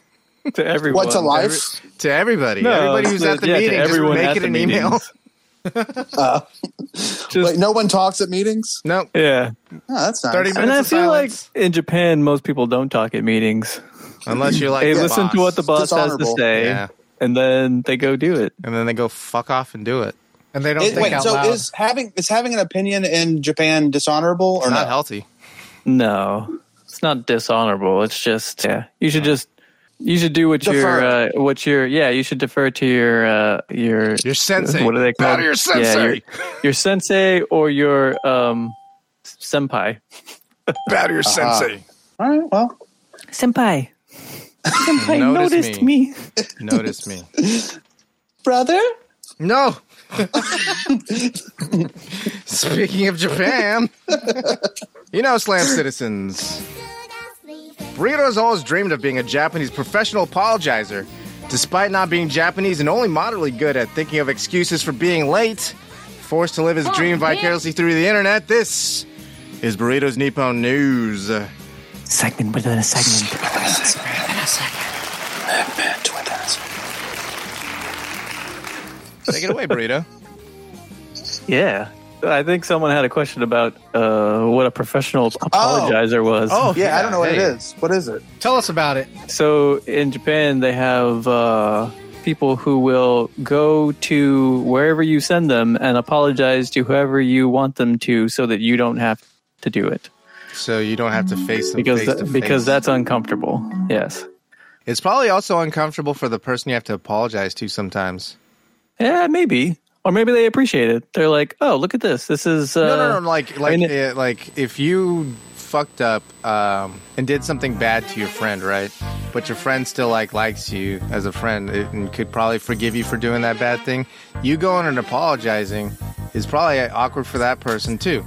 to everyone. What's a life? to everybody. No, everybody who's to- at the yeah, to meeting, just everyone at make it the an email. meetings. Wait, no one talks at meetings. no, Yeah, No, that's not. thirty minutes. and I of feel silence. like in Japan, most people don't talk at meetings. unless you're like, They the listen to boss. what the boss has to Dishonorable. say, Yeah. and then they go do it. and then they go fuck off and do it. And they don't It- think wait, out so loud. is having is having an opinion in Japan dishonorable or Not not? healthy. No, it's not dishonorable. It's just yeah, you should just you should do what your uh, Defer. what your yeah you should defer to your uh, your Your sensei. What are they Bow called? to your Yeah, your, sensei. your sensei or your um senpai. Bow to your Uh-huh. sensei. All right, well, Senpai. Senpai Notice noticed me. me. Notice me. brother. No. Speaking of Japan, you know, Slam Citizens. Burrito has always dreamed of being a Japanese professional apologizer. Despite not being Japanese and only moderately good at thinking of excuses for being late, forced to live his dream vicariously through the internet, this is Burrito's Nippon News. Segment within a segment. Take it away, Burrito. Yeah. I think someone had a question about uh, what a professional apologizer was. Yeah, I don't know what Oh, hey. it is. What is it? Tell us about it. So in Japan, they have uh, people who will go to wherever you send them and apologize to whoever you want them to so that you don't have to do it So you don't have to face them because, face to face. because that's uncomfortable. Yes. It's probably also uncomfortable for the person you have to apologize to sometimes. Yeah, maybe. Or maybe they appreciate it. They're like, oh, look at this. This is. Uh, No, no, no. Like, like, mean- eh, like, if you fucked up um, and did something bad to your friend, right? But your friend still like likes you as a friend eh, and could probably forgive you for doing that bad thing. You going and apologizing is probably awkward for that person too.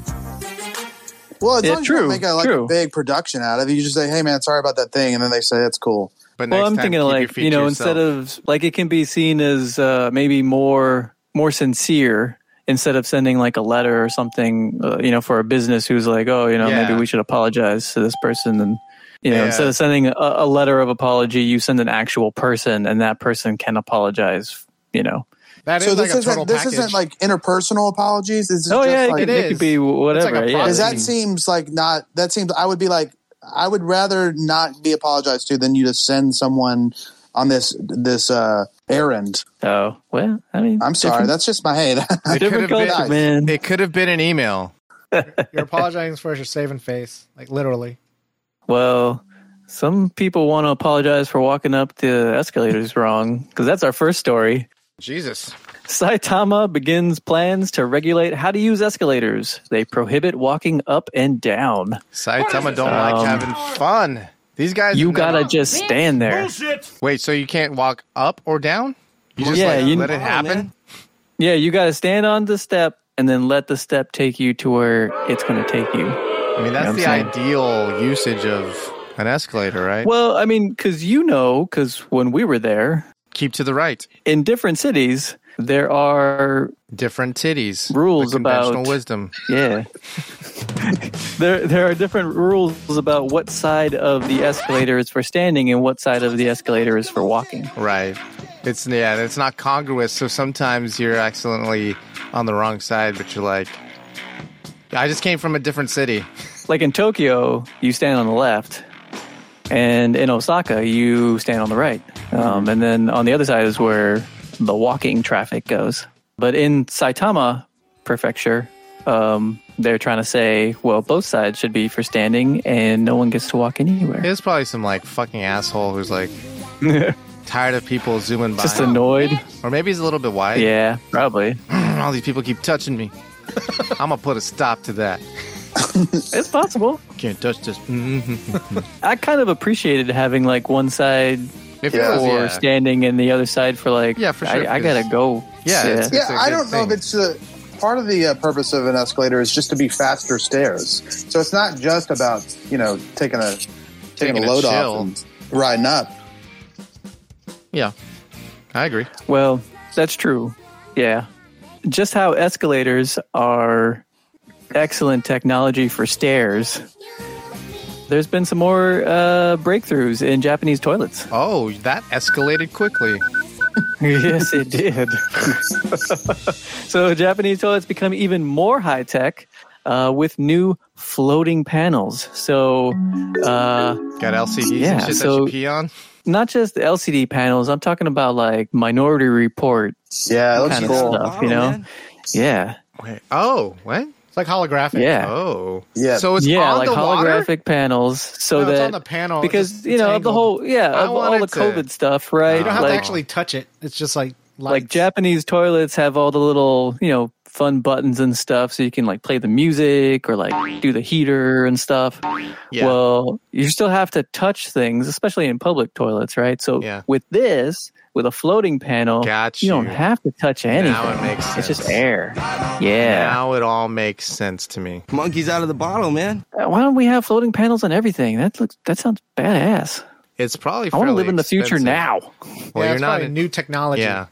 Well, it's long as you Yeah, don't true, make a, like, a true. big production out of it. You just say, "Hey, man, sorry about that thing," and then they say, "That's cool." But Well, next I'm time, thinking keep your like feet you to know, yourself. instead of like it can be seen as uh, maybe more more sincere instead of sending like a letter or something. Uh, you know, for a business who's like, oh, you know, Yeah. maybe we should apologize to this person, and you know, Yeah. instead of sending a, a letter of apology, you send an actual person, and that person can apologize. You know, That is So like this a total isn't this package. isn't like interpersonal apologies. This is oh just yeah, it, like could, It it is. could be whatever. a yeah, because policy. that seems like not that seems. I would be like, I would rather not be apologized to than you to send someone on this this uh errand. so well, I mean, I'm sorry, that's just my hey. It could different, have been- different culture, man. it could have been an email. You're apologizing for your saving face, like literally. Well, some people want to apologize for walking up the escalators wrong because that's our first story. Jesus. Saitama begins plans to regulate how to use escalators. They prohibit walking up and down. Saitama don't like having fun. These guys, Um, You have gotta never- just stand there. wait. So you can't walk up or down. You just Yeah, like, you- let it Oh, happen. Yeah, you gotta stand on the step and then let the step take you to where it's gonna take you. I mean, that's You know the what I'm ideal usage of an escalator, right? Well, I mean, because you know, because when we were there Keep to the right. in different cities, there are Different titties. Rules the conventional about- wisdom. Yeah. there there are different rules about what side of the escalator is for standing and what side of the escalator is for walking. Right. It's yeah. It's not congruous. So sometimes you're accidentally on the wrong side, but you're like, I just came from a different city. Like in Tokyo, you stand on the left, and in Osaka, you stand on the right. Um, and then on the other side is where the walking traffic goes. But in Saitama Prefecture, um, they're trying to say, well, both sides should be for standing, and no one gets to walk anywhere. There's probably some like fucking asshole who's like tired of people zooming by, Just annoyed. or maybe he's a little bit wide. Yeah, probably. All these people keep touching me. I'm gonna put a stop to that. It's possible. Can't touch this. Mm. I kind of appreciated having like one side If it Yeah. was, for yeah. standing and the other side for like Yeah, for sure, I, I because- gotta go Yeah, it's- Yeah, a I good don't know if thing. it's the part of the uh, purpose of an escalator is just to be faster stairs. So it's not just about you know taking a taking, Taking a a load chill. off and riding up. yeah, I agree. well that's true yeah just how escalators are excellent technology for stairs there's been some more uh, breakthroughs in japanese toilets Oh, that escalated quickly. yes, it did. so Japanese toilets become even more high tech uh, with new floating panels. So uh, Got LCDs Yeah, and shit that so- you pee on. not just LCD panels. I'm talking about like Minority Report Yeah, it looks kind of cool. stuff. you know? Yeah, Wait, oh, what? It's like holographic. yeah. Oh, Yeah. So it's yeah, on like the holographic Water? panels, so No, that it's on the panel. It's because just you know of the tangled. whole yeah I of all want the it to- COVID stuff, right? You don't have like, to actually touch it. It's just like like lights. Japanese toilets have all the little, you know, fun buttons and stuff so you can like play the music or like do the heater and stuff. Yeah. Well, you still have to touch things, especially in public toilets, right? So Yeah. with this, with a floating panel, Got you don't you. have to touch anything. it makes It's just sense. air. Yeah. Now it all makes sense to me. Monkey's out of the bottle, man. Uh, Why don't we have floating panels on everything? That looks that sounds badass. It's probably. I want to fairly live in the future expensive. now. Well, yeah, you're it's not. probably In, new technology. yeah,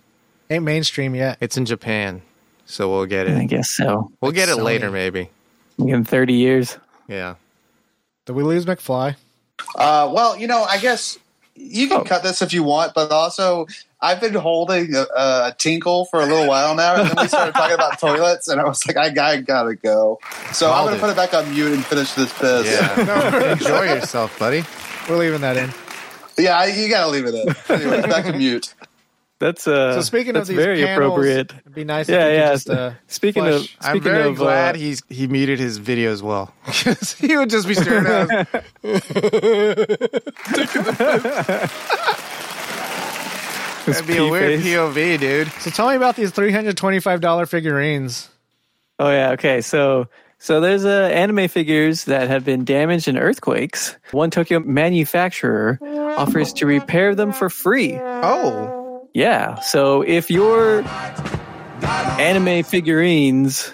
Ain't mainstream yet. it's in Japan, so we'll get I it. guess so. We'll get it Sony. later, maybe. In 30 years. Yeah. Did we lose McFly? Uh, well, you know, I guess you Oh. can cut this if you want, but also I've been holding a, a tinkle for a little while now, and then we started talking about toilets, and I was like, I, I gotta go. So I'm Called gonna it. put it back on mute and finish this piss. Yeah. No, Enjoy yourself, buddy. we're leaving that in. Yeah, I, you gotta leave it in. Anyway, back to mute. That's uh So speaking that's of these very panels, appropriate. it'd be nice. Yeah, if you yeah. Could just, uh, Speaking flush. of, speaking I'm very of, glad uh, he's he muted his video as well. 'Cause he would just be staring at us. That'd be a pee weird face. POV, dude. So tell me about these three hundred twenty-five dollar figurines. oh yeah, okay. So, so there's uh, anime figures that have been damaged in earthquakes. One Tokyo manufacturer offers to repair them for free. Oh, Yeah. So if your anime figurines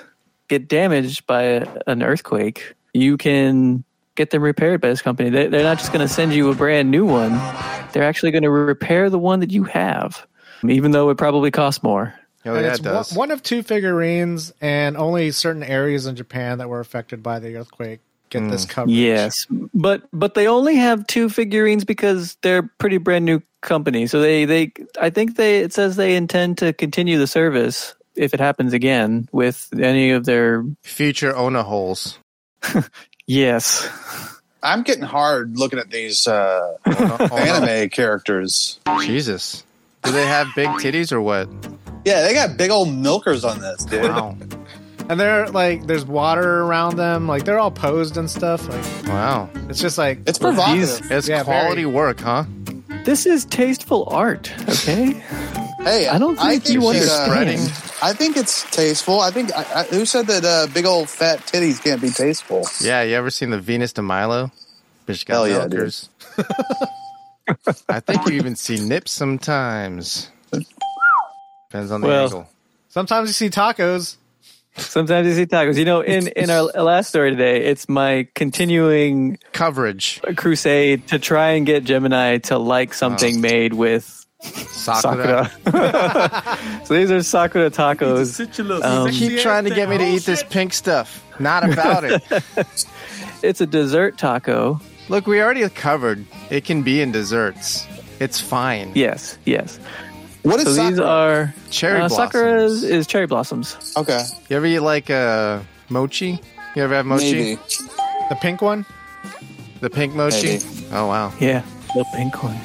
get damaged by a- an earthquake, you can get them repaired by this company. They- They're not just going to send you a brand new one. They're actually going to repair the one that you have, even though it probably costs more. oh And yeah, it's it does. One, one of two figurines, and only certain areas in Japan that were affected by the earthquake get Hmm. this coverage. Yes, but but they only have two figurines because they're pretty brand new company. So they they I think they it says they intend to continue the service if it happens again with any of their Future Ona holes. yes. I'm getting hard looking at these uh, Ona- Ona- anime characters. Jesus. Do they have big titties or what? Yeah, they got big old milkers on this, dude. Wow. and they're like, there's water around them. Like they're all posed and stuff. Like Wow. it's just like It's provocative. It's Yeah, very. quality work, huh? This is tasteful art, okay? Hey, I don't think you she's, uh, understand. I think it's tasteful. I think I, I, who said that uh, big old fat titties can't be tasteful? Yeah, you ever seen the Venus de Milo? Bitch got Hell yeah, milkers. I think you even see nips sometimes. Depends on the Well, angle. sometimes you see tacos. Sometimes you see tacos. You know, in in our last story today, it's my continuing Coverage. crusade to try and get Gemini to like something made with Sakura. Sakura. so these are Sakura tacos. Um, Citulus. Um, Keep trying to get me to eat this pink stuff. Not about it. It's a dessert taco. Look, we already covered. It can be in desserts. It's fine. Yes, yes. What is So these Sakura? are Cherry uh, blossoms. Sakura is, is cherry blossoms. okay. You ever eat like a uh, mochi? You ever have mochi? Maybe. The pink one? The pink mochi? Maybe. Oh, wow. Yeah, the pink one.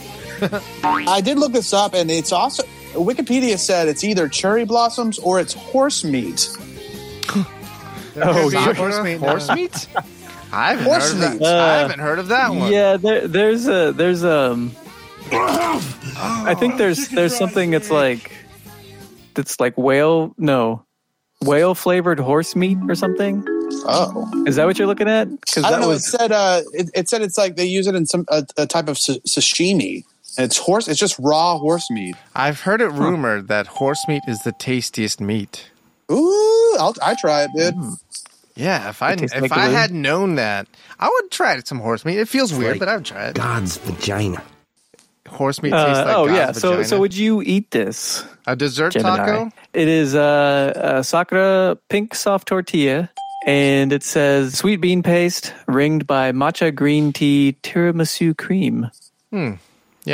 I did look this up, and it's also Wikipedia said it's either cherry blossoms or it's horse meat. Oh, yeah. horse meat. Horse no. meat? I haven't, heard Horse of that. meat. I haven't heard of that one. Uh, Yeah, there, there's a there's um. I think there's there's something that's like that's like whale no whale flavored horse meat or something. Oh, Is that what you're looking at? Because I that don't know. was It said uh, it, it said it's like they use it in some a, a type of sa- sashimi. And it's horse. It's just raw horse meat. I've heard it rumored that horse meat is the tastiest meat. Ooh, I'll, I try it, dude. Yeah, if I It if tastes like I glue. had known that, I would try some horse meat. It feels weird, like but I would try it. God's vagina. Horse meat uh, tastes like oh God's yeah. So vagina. so would you eat this a dessert Gemini? taco? It is uh, a sakura pink soft tortilla. And it says sweet bean paste ringed by matcha green tea tiramisu cream. Yeah,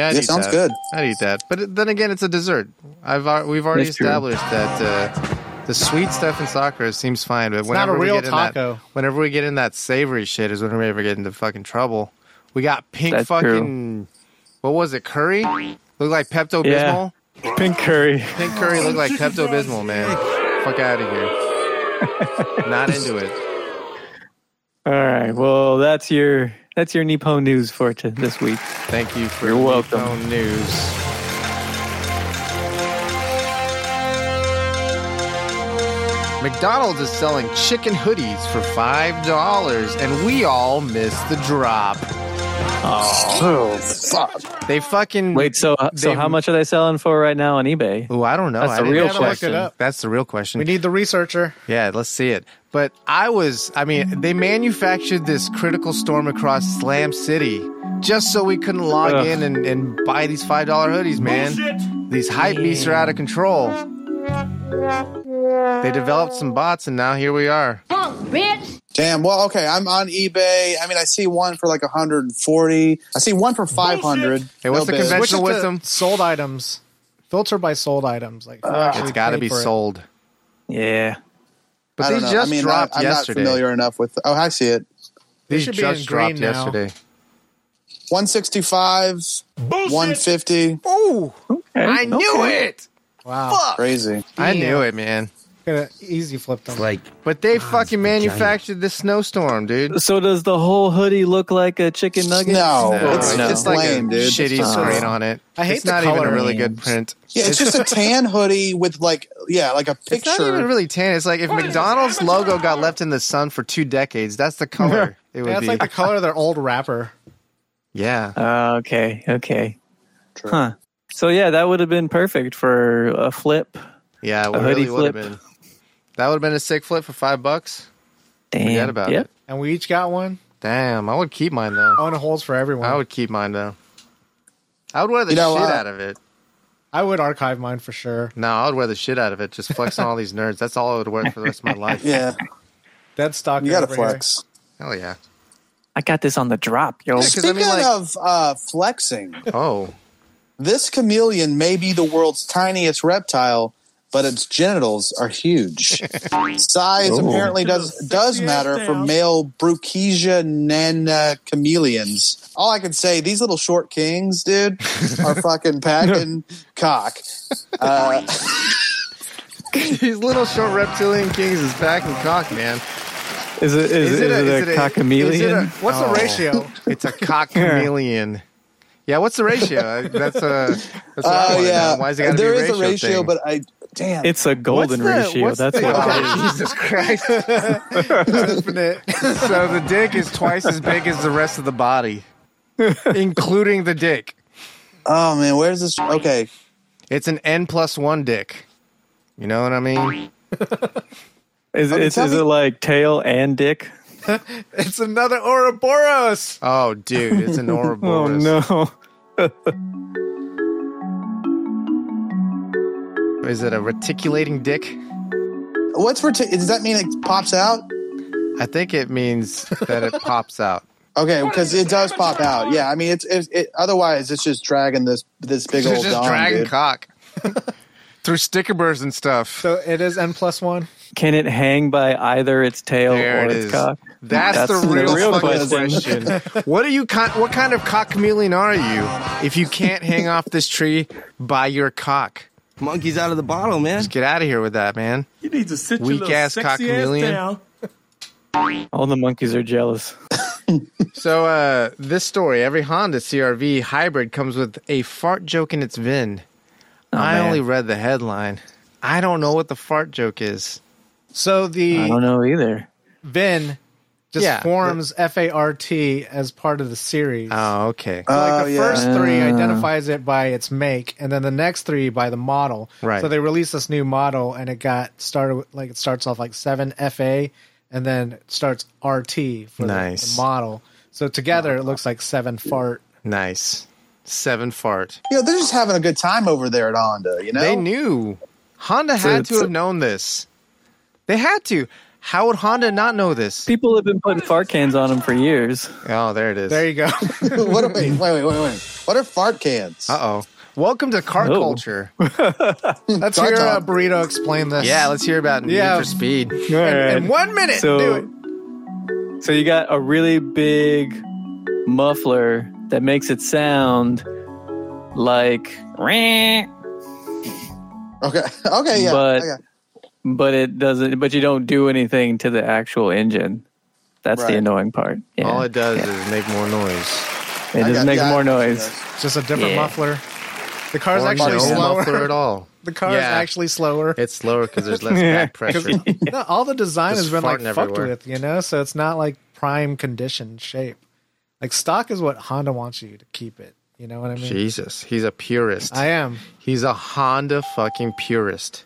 I'd It eat sounds that. good. I'd eat that, but it- then again, it's a dessert. I've al- we've already That's true. established that uh, the sweet stuff in soccer seems fine, but not a whenever we real get in taco. that, whenever we get in that savory shit, is whenever we ever get into fucking trouble. We got pink That's true. fucking what was it? Curry looked like Pepto Bismol. Pink curry. Pink curry looked like Pepto Bismol, man. Fuck out of here. Not into it. All right. Well, that's your that's your Nippon news for t- this week. Thank you for You're welcome. Nippon News. McDonald's is selling chicken hoodies for five dollars, and we all missed the drop. Oh, fuck. They fucking Wait. So uh, so They- how much are they selling for right now on eBay? Oh, I don't know. That's I the didn't- real I haven't looked question. it up. That's the real question. We need the researcher. Yeah, let's see it. But I was, I mean, they manufactured this critical storm across Slam City just so we couldn't log Ugh. in and, and buy these $5 hoodies, man. These hype beasts are out of control. They developed some bots, and now here we are. Damn. Well, okay. I'm on eBay. I mean, I see one for like 140. I see one for 500. Hey, what's the bid. convention- Switch it with to them. sold items. Filter by sold items. Like It's got to be sold. Yeah. I But don't these know. just I mean, dropped I, I'm yesterday. not familiar enough with. Oh, I see it. These should be in just dropped green now. yesterday. 165, 150. Oh, I Okay. knew it. Wow. Crazy. I knew it, man. Gonna easy flip them. It's like But they fucking vagina. manufactured this snowstorm, dude. So does the whole hoodie look like a chicken nugget? No, it's, it's, No. it's lame, like a dude. shitty screen on it. I hate it's the not even color a really names. good print. Yeah, it's just a tan hoodie with like, yeah, like a It's not even picture. really tan. It's like if McDonald's logo got left in the sun for two decades, that's the color it would Yeah, that's be. like the color of their old wrapper. yeah. Oh, okay. Okay. Huh. So yeah, that would have been perfect for a flip. Yeah, it A hoodie really would have flip. been. That would have been a sick flip for five bucks. Damn. Forget about yep. it. And we each got one. Damn, I would keep mine though. Oh, and it holds for everyone. I would keep mine though. I would wear the You know, shit uh, out of it. I would archive mine for sure. No, I would wear the shit out of it. Just flex on all these nerds. That's all I would wear for the rest of my life. Yeah, Dead stock. you got to flex. Hell yeah. I got this on the drop, yo. 'cause I Speaking mean, like- of uh, flexing, Oh. this chameleon may be the world's tiniest reptile, but its genitals are huge. Size apparently does does matter for male Brucesia nana chameleons. All I can say, these little short kings, dude, are fucking packing cock. Uh, These little short reptilian kings is back and cock, man. Is it is, it, is it a, cockamelion? is it a- What's Oh. the ratio? It's a cock chameleon. Yeah, what's the ratio? Uh, That's a. That's what I oh wanna yeah, know. Why is it got to there be is a ratio, thing? but I damn. It's a What's golden the- ratio. what's That's the- what it is. Oh, Jesus Christ! so the dick is twice as big as the rest of the body, including the dick. oh man, where's this? Okay, It's an n plus one dick. You know what I mean? Is, Okay, is, tell is me- it like tail and dick? It's another Ouroboros. Oh, dude, it's an Oh Ouroboros. no. Is it a reticulating dick? what's for? does that mean it pops out? I think it means that it pops out. Okay, because it does pop out. Yeah, I mean, it's it, it. Otherwise, it's just dragging this this big It's old just dong, dragon dude. cock through sticker burrs and stuff. So it is n plus one. Can it hang by either its tail There or it its is. cock? That's, the real, fucking question. what are you? Con- what kind of cock chameleon are you? If you can't hang off this tree by your cock, Monkey's out of the bottle, man. get out of here with that, man. You need to sit Weak your little ass sexy cock ass chameleon. down. All the monkeys are jealous. So uh, this story, every Honda CRV hybrid comes with a fart joke in its VIN. Oh, I man. only read the headline. I don't know what the fart joke is. So I don't the know either. VIN just Yeah, forms F A R T as part of the series. Oh, Uh. okay. Uh, So, like the Oh, yeah. first three Ah. identifies it by its make, and then the next three by the model. Right. So they released this new model, and it got started with- like it starts off like seven FA, and then it starts RT for the- the, Nice. model. So together it looks like seven fart. nice. Seven fart. You know, they're just having a good time over there at Honda. You know, They knew. Honda had it's to have a- known this. They had to. How would Honda not know this? People have been putting fart cans on them for years. Oh, there it is. There you go. what are, wait, wait, wait, wait, wait. What are fart cans? Uh oh. Welcome to car Oh. culture. Let's Fart hear uh, talk. burrito explain this. Yeah, let's hear about Yeah. Need for Speed. In one minute, So- do it. So you got a really big muffler that makes it sound like Okay, okay, yeah. But- okay. but it doesn't but you don't do anything to the actual engine. That's Right. the annoying part. Yeah. All it does Yeah. is make more noise. it I just got- makes yeah, I more got you noise. guys. It's just a different Yeah. muffler. The car's Or actually no slower. muffler at all. The car's Yeah. actually slower. It's slower because there's less back pressure. No, all the design Just has been like farting fucked everywhere. with, you know, so it's not like prime condition shape. Like stock is what Honda wants you to keep it. You know what I mean? Jesus, he's a purist. I am he's a Honda fucking purist.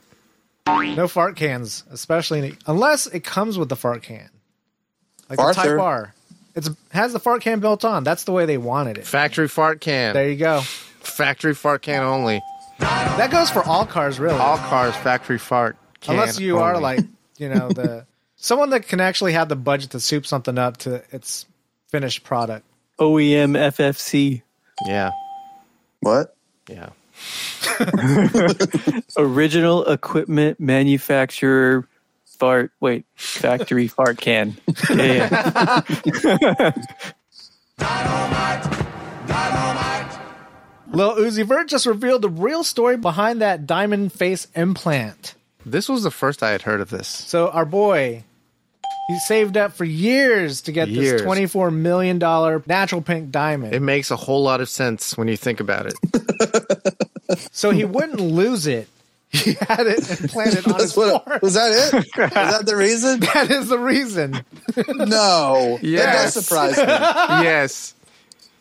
no fart cans, especially in- unless it comes with the fart can, like Farter. the Type R. It's has the fart can built on. That's the way they wanted it. Factory fart can. There you go. factory fart can only. That goes for all cars, really. All cars factory fart. Can unless you are only. like you know the someone that can actually have the budget to soup something up to its finished product. OEM FFC yeah, What? yeah. original equipment manufacturer fart wait factory fart can. Yeah, yeah. Lil Uzi Vert just revealed the real story behind that diamond face implant. This was the first I had heard of this. So our boy, he saved up for years to get Years. this twenty-four million dollar natural pink diamond. It makes a whole lot of sense when you think about it. so he wouldn't lose it. He had it implanted on his That's what, forearm. was that it? was that the reason? That is the reason. No. That Yes. does surprise me. yes.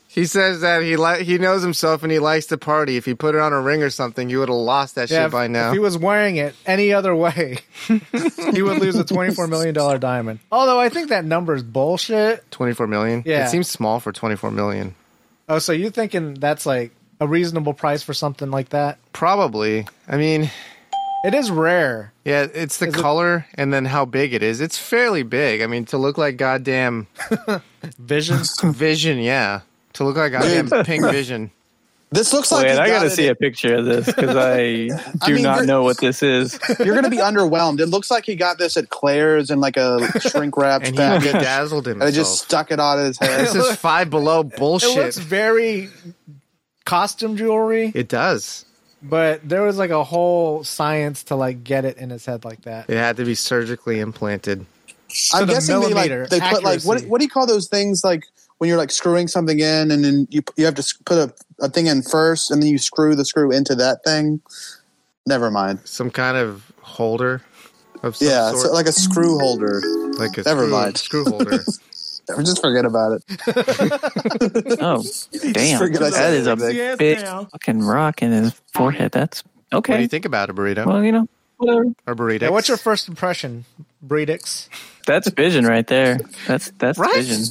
He says that he li- he knows himself and he likes to party. If he put it on a ring or something, you would have lost that Yeah, shit by if- now. If he was wearing it any other way, he would lose a twenty-four million dollar diamond. Although I think that number is bullshit. 24 million. Yeah. It seems small for 24 million. Oh, so you thinking that's like a reasonable price for something like that? Probably. I mean, It is rare. yeah, it's the Is it- color and then how big it is. It's fairly big. I mean, to look like goddamn Vision. Vision, yeah. To look like goddamn Pink Vision. This looks like Wait, you I got gotta it see a picture of this because I do mean, not you're- know what this is. You're going to be underwhelmed. It looks like he got this at Claire's in like a shrink wrapped And he package. And bedazzled himself. they just stuck it on his head. this is five below It bullshit. looks very costume jewelry, It does. but there was like a whole science to like get it in his head like that. It had to be surgically implanted. I'm the guessing they millimeter like they put like what, accuracy. what do you call those things like when you're like screwing something in and then you you have to s- put a, a thing in first and then you screw the screw into that thing. Never mind. Some kind of holder of some Yeah, sort. so like a screw holder. like a never screw, mind. screw holder. Just forget about it. Oh, damn. forget I That said is a sexy ass big down. fucking rock in his forehead. That's What do okay. you think about a burrito? well, you know, whatever. Or burrito? Yeah, what's your first impression, Breedix? That's vision right there. That's that's Right? vision.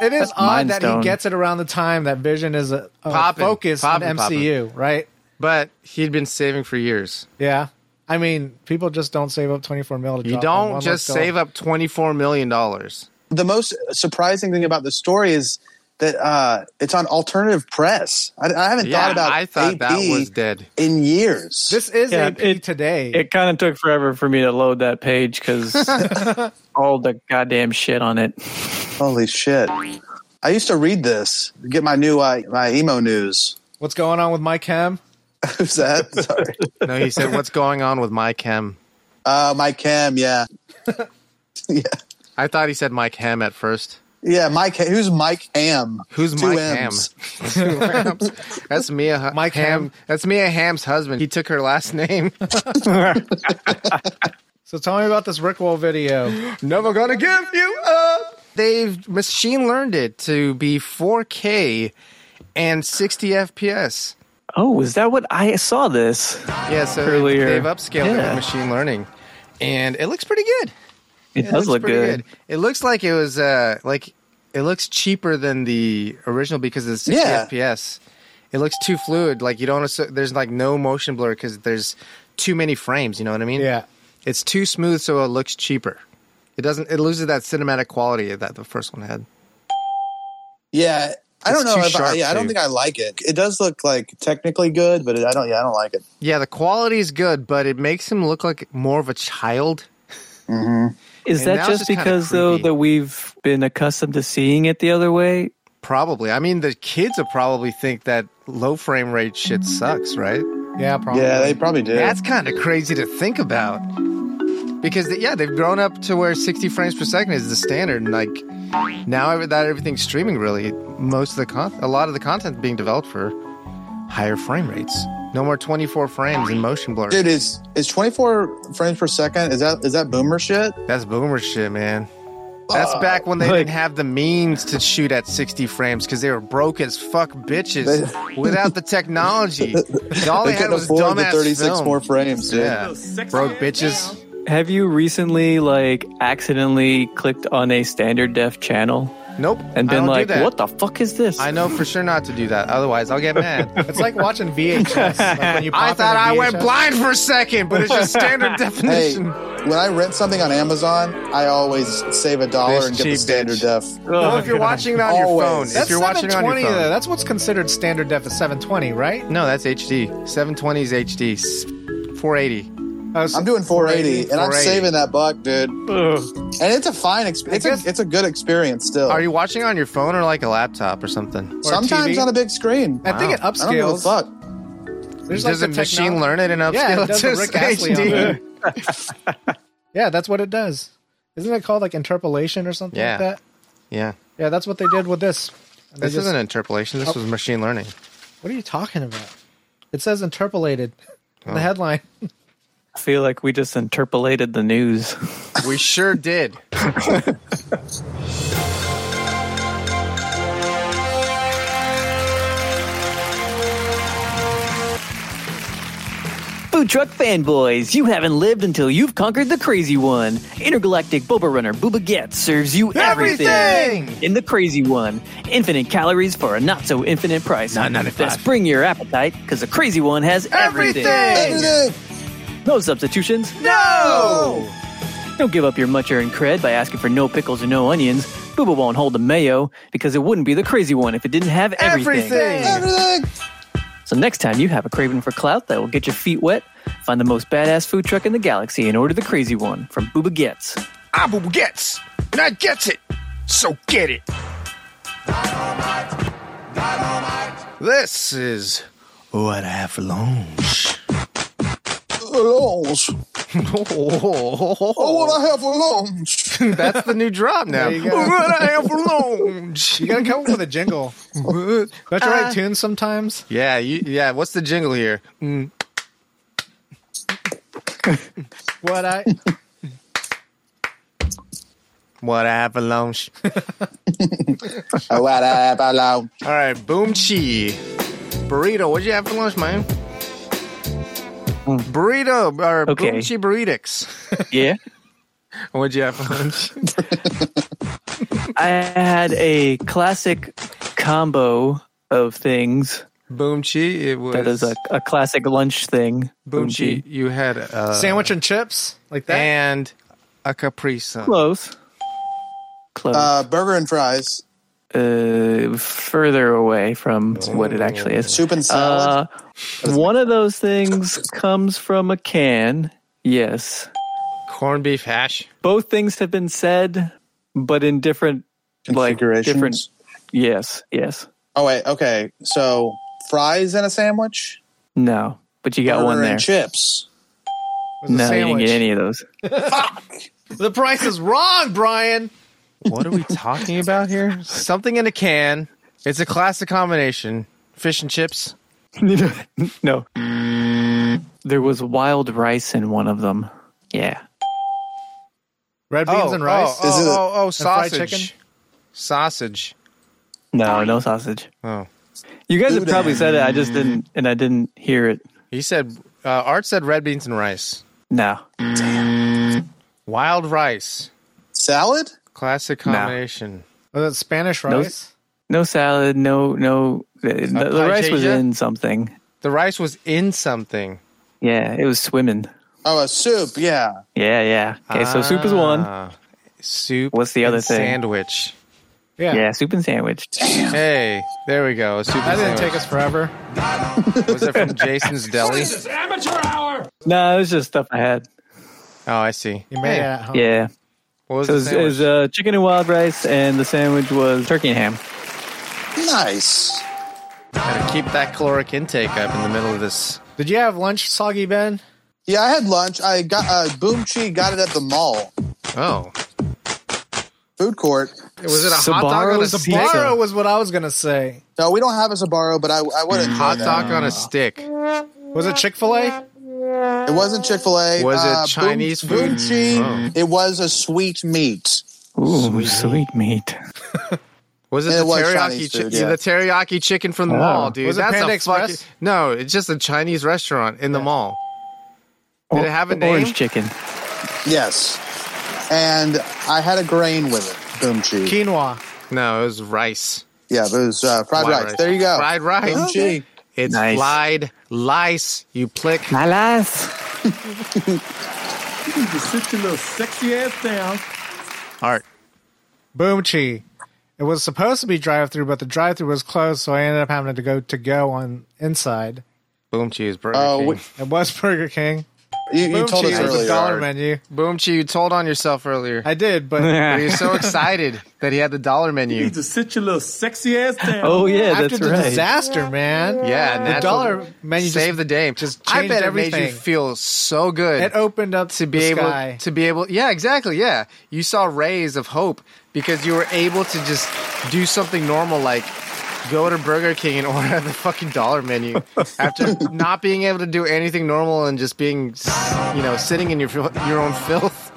It is That's odd that Mindstone. he gets it around the time that Vision is a, a Poppin', focus poppin', on MCU, right? But he'd been saving for years. Yeah. I mean, people just don't save up 24 mil to You don't just save up. up $24 million. The most surprising thing about the story is that uh, it's on alternative press. I, I haven't Yeah, thought about I thought AP that was dead. in years. This is Yeah, AP it- today. It kind of took forever for me to load that page because all the goddamn shit on it. Holy shit! I used to read this. Get my new uh, my emo news. What's going on with my cam? Who's that? Sorry, No, he said, "What's going on with Mike Hem?" uh, Mike Ham. Yeah, yeah, I thought he said Mike Hem at first. yeah. Mike. Who's Mike Ham? Who's Two Mike M's. Ham? That's Mia. Hu- Mike Ham. That's Mia Ham's husband. He took her last name. So tell me about this Rickwall video. Never gonna give you up. They've machine learned it to be 4K and 60 FPS. Oh, is that what I saw this? Yeah, so they've- Earlier. they've upscaled it Yeah. with machine learning, and it looks pretty good. It does look pretty good. It looks like it was uh like it looks cheaper than the original because it's 60 Yeah. FPS. It looks too fluid. Like you don't. asso- There's like no motion blur because there's too many frames. You know what I mean? Yeah. It's too smooth, so it looks cheaper. It doesn't. It loses that cinematic quality that the first one had. Yeah, I It's don't know. too If I, sharp, yeah, I don't too. think I like it. It does look like technically good, but it, I don't. Yeah, I don't like it. Yeah, the quality is good, but it makes him look like more of a child. Is And now that it's just just kinda because though creepy. that we've been accustomed to seeing it the other way? Probably. I mean, the kids will probably think that low frame rate shit sucks, right? Yeah, probably. Yeah, they probably do. That's kind of crazy to think about. Because they, yeah, they've grown up to where 60 frames per second is the standard, and like now every- that everything's streaming. Really, most of the con- a lot of the content being developed for higher frame rates. No more 24 frames in motion blur. Dude, is is twenty four frames per second? Is that is that boomer shit? That's boomer shit, man. That's back when they like- didn't have the means to shoot at 60 frames because they were broke as fuck bitches They- without the technology. All they, they had couldn't was afford the dumbass thirty six film. more frames, dude. Yeah, Sexy broke ass bitches. Have you recently like accidentally clicked on a standard def channel Nope. and I been don't do like, that. "What the fuck is this?" I know for sure not to do that. Otherwise, I'll get mad. It's like watching VHS. like when you I pop in thought a I went VHS. blind for a second, but it's just standard Hey, definition. when I rent something on Amazon, I always save a dollar This and get the cheap standard def. no, if you're watching it on your Always. phone, if That's you're watching it on your 720 phone, though. That's what's considered standard def is 720, right? no, that's HD. 720 is HD. S- 480. Oh, so- I'm doing 480, and I'm 480. saving that buck, dude. Ugh. And it's a fine experience. I It's guess- a, it's a good experience still. Are you watching on your phone or like a laptop or something? or Sometimes TV? on a big screen. I think it I don't give a upscales. fuck. There's Does like the the machine technol- learn it and upscale Yeah, it does to the Rick Astley on HD? there. Yeah, that's what it does. Isn't it called like interpolation or something Yeah. like that? Yeah. Yeah, that's what they did with this. And they This just- isn't interpolation. This was machine learning. What are you talking about? It says interpolated in Oh. the headline. I feel like we just interpolated the news. We sure did. Food truck fanboys, you haven't lived until you've conquered the crazy one. Intergalactic Boba Runner Booba Gets serves you everything. Everything! in the crazy one. Infinite calories for a not so infinite price. That's bring your appetite because the crazy one has everything. Everything. No substitutions. No! Don't give up your much earned cred by asking for no pickles or no onions. Booba won't hold the mayo because it wouldn't be the crazy one if it didn't have Everything! Everything. so next time you have a craving for clout that will get your feet wet, find the most badass food truck in the galaxy and order the crazy one from Booba Gets. Abu gets, and I gets it. So get it. This is what I have for long. Lunch. Oh, what I have for lunch. That's the new drop now. There you go. What I have for lunch. You gotta come up with a jingle. Don't you Uh. write tunes sometimes? Yeah, you, yeah. What's the jingle here? What I What I have for lunch. Oh, what I have for lunch. All right, boom chi burrito. What'd you have for lunch, man? Mm. Burrito or Okay. boom chi burritics. Yeah. What'd you have for lunch? I had a classic combo of things boom chi. It was that is a, a classic lunch thing. boom chi. You had a sandwich and chips like that. and a caprese. uh, Close. Close. Uh, burger and fries. uh, further away from what it actually is. Soup and salad. Uh, one of those things comes from a can. Yes. Corned beef hash. Both things have been said, but in different like Configurations? different. Yes, yes. oh wait, okay. So fries and a sandwich. No, but you got Burger one there. And chips. It was a No, you didn't sandwich. get any of those. The price is wrong, Brian. What are we talking about here? Something in a can. It's a classic combination. Fish and chips. no. There was wild rice in one of them. Yeah. Red beans and rice. Oh, Is oh, it- oh, oh, fried sausage. chicken? Sausage. No, no sausage. Oh. You guys have Udon. probably said it. I just didn't, and I didn't hear it. He said, uh, Art said red beans and rice. No. Wild rice. Salad? Classic No. combination. Was it Spanish rice? No salad. No, no. The, the- the rice was paella? in something. The rice was in something. Yeah, it was swimming. Oh, a soup. Yeah. Yeah, yeah. Okay, so soup is one. Ah, Soup. What's the other and thing? Sandwich. Yeah. Yeah, soup and sandwich. Hey, there we go. a Soup That and didn't sandwich. take us forever. Was it from Jason's Deli? No, it was just stuff I had. Oh, I see. You uh, made Hey, it at home. Yeah. Oh. What was So the it was, it sandwich? was uh, chicken and wild rice, and the sandwich was turkey and ham. Nice. uh, Gotta keep that caloric intake up in the middle of this. Did you have lunch, Soggy Ben? Yeah, I had lunch. I got uh, Boom Chi got it at the mall Oh. food court. Was it a hot dog on a Sabaro's stick? Sabaro was what I was gonna say. No, we don't have a Sabaro, but I, I would enjoy Hot that. dog on a stick. Was it Chick Fil A? It wasn't Chick Fil A. Was it Chinese Boom, food? Oh. Boom Chi. It was a sweet meat. Ooh, sweet, meat. Was it It the was teriyaki? Chinese Chi- food, yeah. the teriyaki chicken from the mall, dude. Was it That's Panda a Express? fucking no. It's just a Chinese restaurant in the mall. Did it have a name? Orange chicken. Yes, and I had a grain with it. Boom Chi. Quinoa. No, it was rice. yeah, it was uh, fried White rice. There you go. Fried rice. Boom Chi. It's Nice. fried lice. You plick. Alas. You just sit your little sexy ass down. Art. Boom Chi. It was supposed to be drive through, but the drive through was closed, so I ended up having to go to go on inside. Boom cheese. Burger Oh, King. we- It was Burger King. You, you Boom told Chi us was a earlier. dollar Art. menu. Boom cheese. You told on yourself earlier. I did, but You're so excited that he had the dollar You menu. just sit your little sexy ass down. Oh yeah, after that's the right. disaster, man. Yeah, The natural- dollar menu just Save the day. Just I changed bet it made you everything. feel so good. it opened up to be the able sky. to be able yeah exactly yeah you saw rays of hope because you were able to just do something normal like go to burger king and order the fucking dollar menu after not being able to do anything normal and just being you know sitting in your fil- your own filth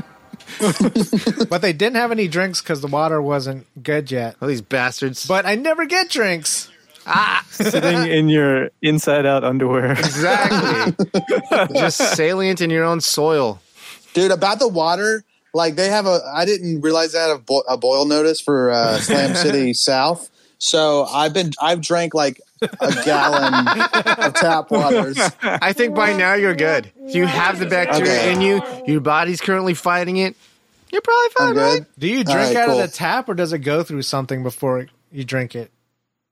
but they didn't have any drinks because the water wasn't good yet. all these bastards But I never get drinks. Sitting in your inside out underwear. exactly just salient in your own soil dude. About the water, like they have a. I didn't realize that a, bo- a boil notice for uh, Slam City South. So I've been I've drank like a gallon of tap waters. i think by now you're good you have the bacteria Okay. in you your body's currently fighting it you're probably fine I'm right good. Do you All drink right, out cool. of the tap or does it go through something before you drink it?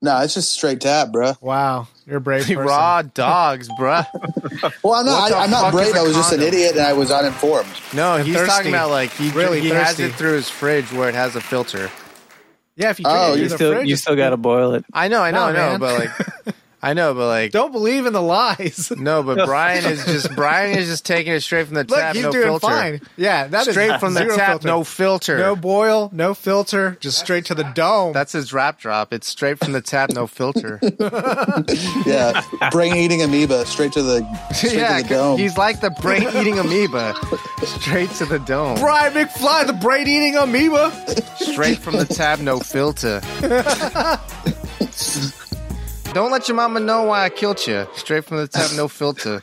No, it's just straight tap, bro. Wow, you're a brave person. raw dogs bruh Well, I'm What not. the I, I'm fuck not brave. is a I was just an condom? idiot and I was uninformed. No, he's thirsty. talking about like he Really he has thirsty. it through his fridge where it has a filter. Yeah, if you drink Oh, it you through you the still, fridge, you it's still got to boil it. I know, I know, No, I know, man. but like I know, but like Don't believe in the lies. no, but Brian is just Brian is just taking it straight from the Look, tap, he's no doing filter. fine. Yeah, that is Straight from the zero tap, filter. no filter. no boil, no filter, just straight to the dome. That's his rap drop. It's straight from the tap, no filter. Yeah, brain eating amoeba straight to the straight yeah, to the dome. he's like the brain eating amoeba. Straight to the dome. Brian McFly, the brain eating amoeba. Straight from the tab, no filter. Don't let your mama know why I killed you. Straight from the tab, no filter.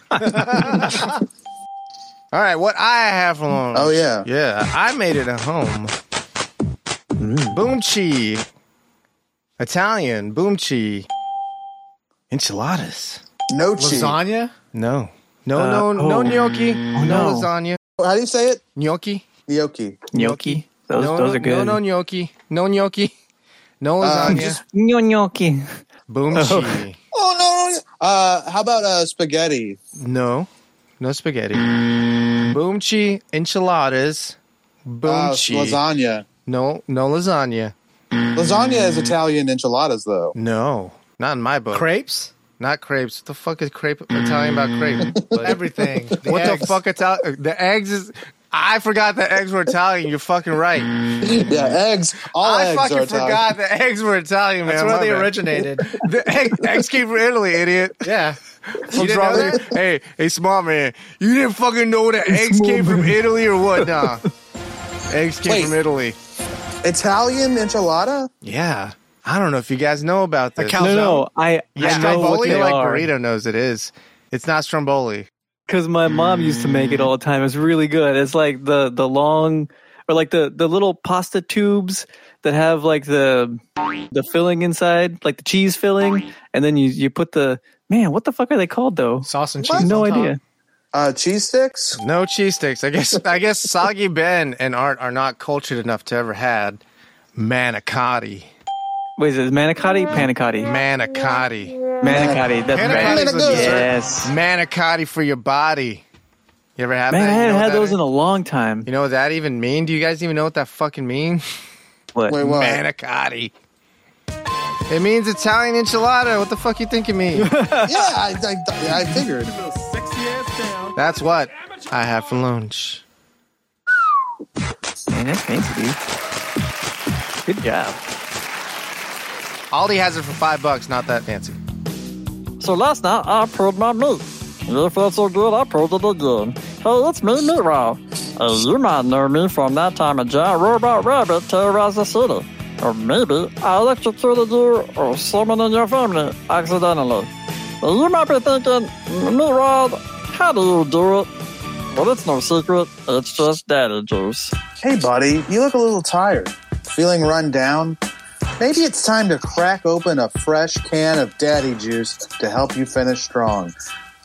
All right, what I have for lunch. Oh, yeah. yeah. I made it at home. Mm. Boomchi, Italian boomchi, enchiladas. no cheese. How Lasagna. No, no, no, Uh, no oh. gnocchi, no. no. lasagna, do you say it? gnocchi. Gnocchi. Gnocchi. Those, no, those no, are good. No, no gnocchi, no gnocchi, No Uh, lasagna. just- Gnocchi. Boom cheese. oh no, no, no. Uh, how about uh, spaghetti? No, no spaghetti. Boomchi enchiladas. Uh, Boomchi. lasagna. No, no lasagna. Lasagna is Italian enchiladas, though. No, not in my book. Crepes, not crepes. What the fuck is crepe Mm. Italian about crepe? But- everything. The what the eggs. fuck Italian? The eggs is. I forgot the eggs were Italian. You're fucking Mm. right. Yeah, eggs. All Mm-hmm. I eggs are fucking Italian. forgot the eggs were Italian, man. That's where My they bad. originated. The egg, eggs came from Italy, idiot. Yeah. You What's didn't wrong know with that? you? Hey, hey, smart man. You didn't fucking know that eggs came from Italy or what? Nah. eggs came Wait. from Italy. Italian enchilada? Yeah. I don't know if you guys know about this. No, calzone? no, I, yeah, I know what Stromboli, they like are. burrito knows it is. It's not Stromboli. because my mom used to make it all the time. It's really good. It's like the the long or like the the little pasta tubes that have like the the filling inside, like the cheese filling, and then you you put the man. What the fuck are they called though? Sauce and cheese. no on top. idea. Uh, cheese sticks? No cheese sticks. I guess I guess Soggy Ben and Art are not cultured enough to ever had manicotti. Wait, is it manicotti? Mm-hmm. Panicotti? Manicotti. Manicotti. That's Manicotti is right. a dessert. Yes. Manicotti for your body. You ever had Man, that? I You know haven't what had that those is? in a long time. You know what that even mean? Do you guys even know what that fucking means? What? Wait, what? Manicotti. It means Italian enchilada. What the fuck you think it means? Yeah, I, I, I figured. Little sexy ass down. That's what I have for lunch. Man, that's fancy, dude. Good job. Aldi has it for five bucks. Not that fancy. So last night I pulled my meat. And It felt so good I pulled it again. Hey, it's me, Meat Rob. Uh, you might know me from that time a giant robot rabbit terrorized the city. Or maybe I electrocuted you or someone in your family accidentally. Uh, You might be thinking, Meat Rob, how do you do it? Well, it's no secret. It's just daddy juice. Hey, buddy, you look a little tired. Feeling run down? Maybe it's time to crack open a fresh can of daddy juice to help you finish strong.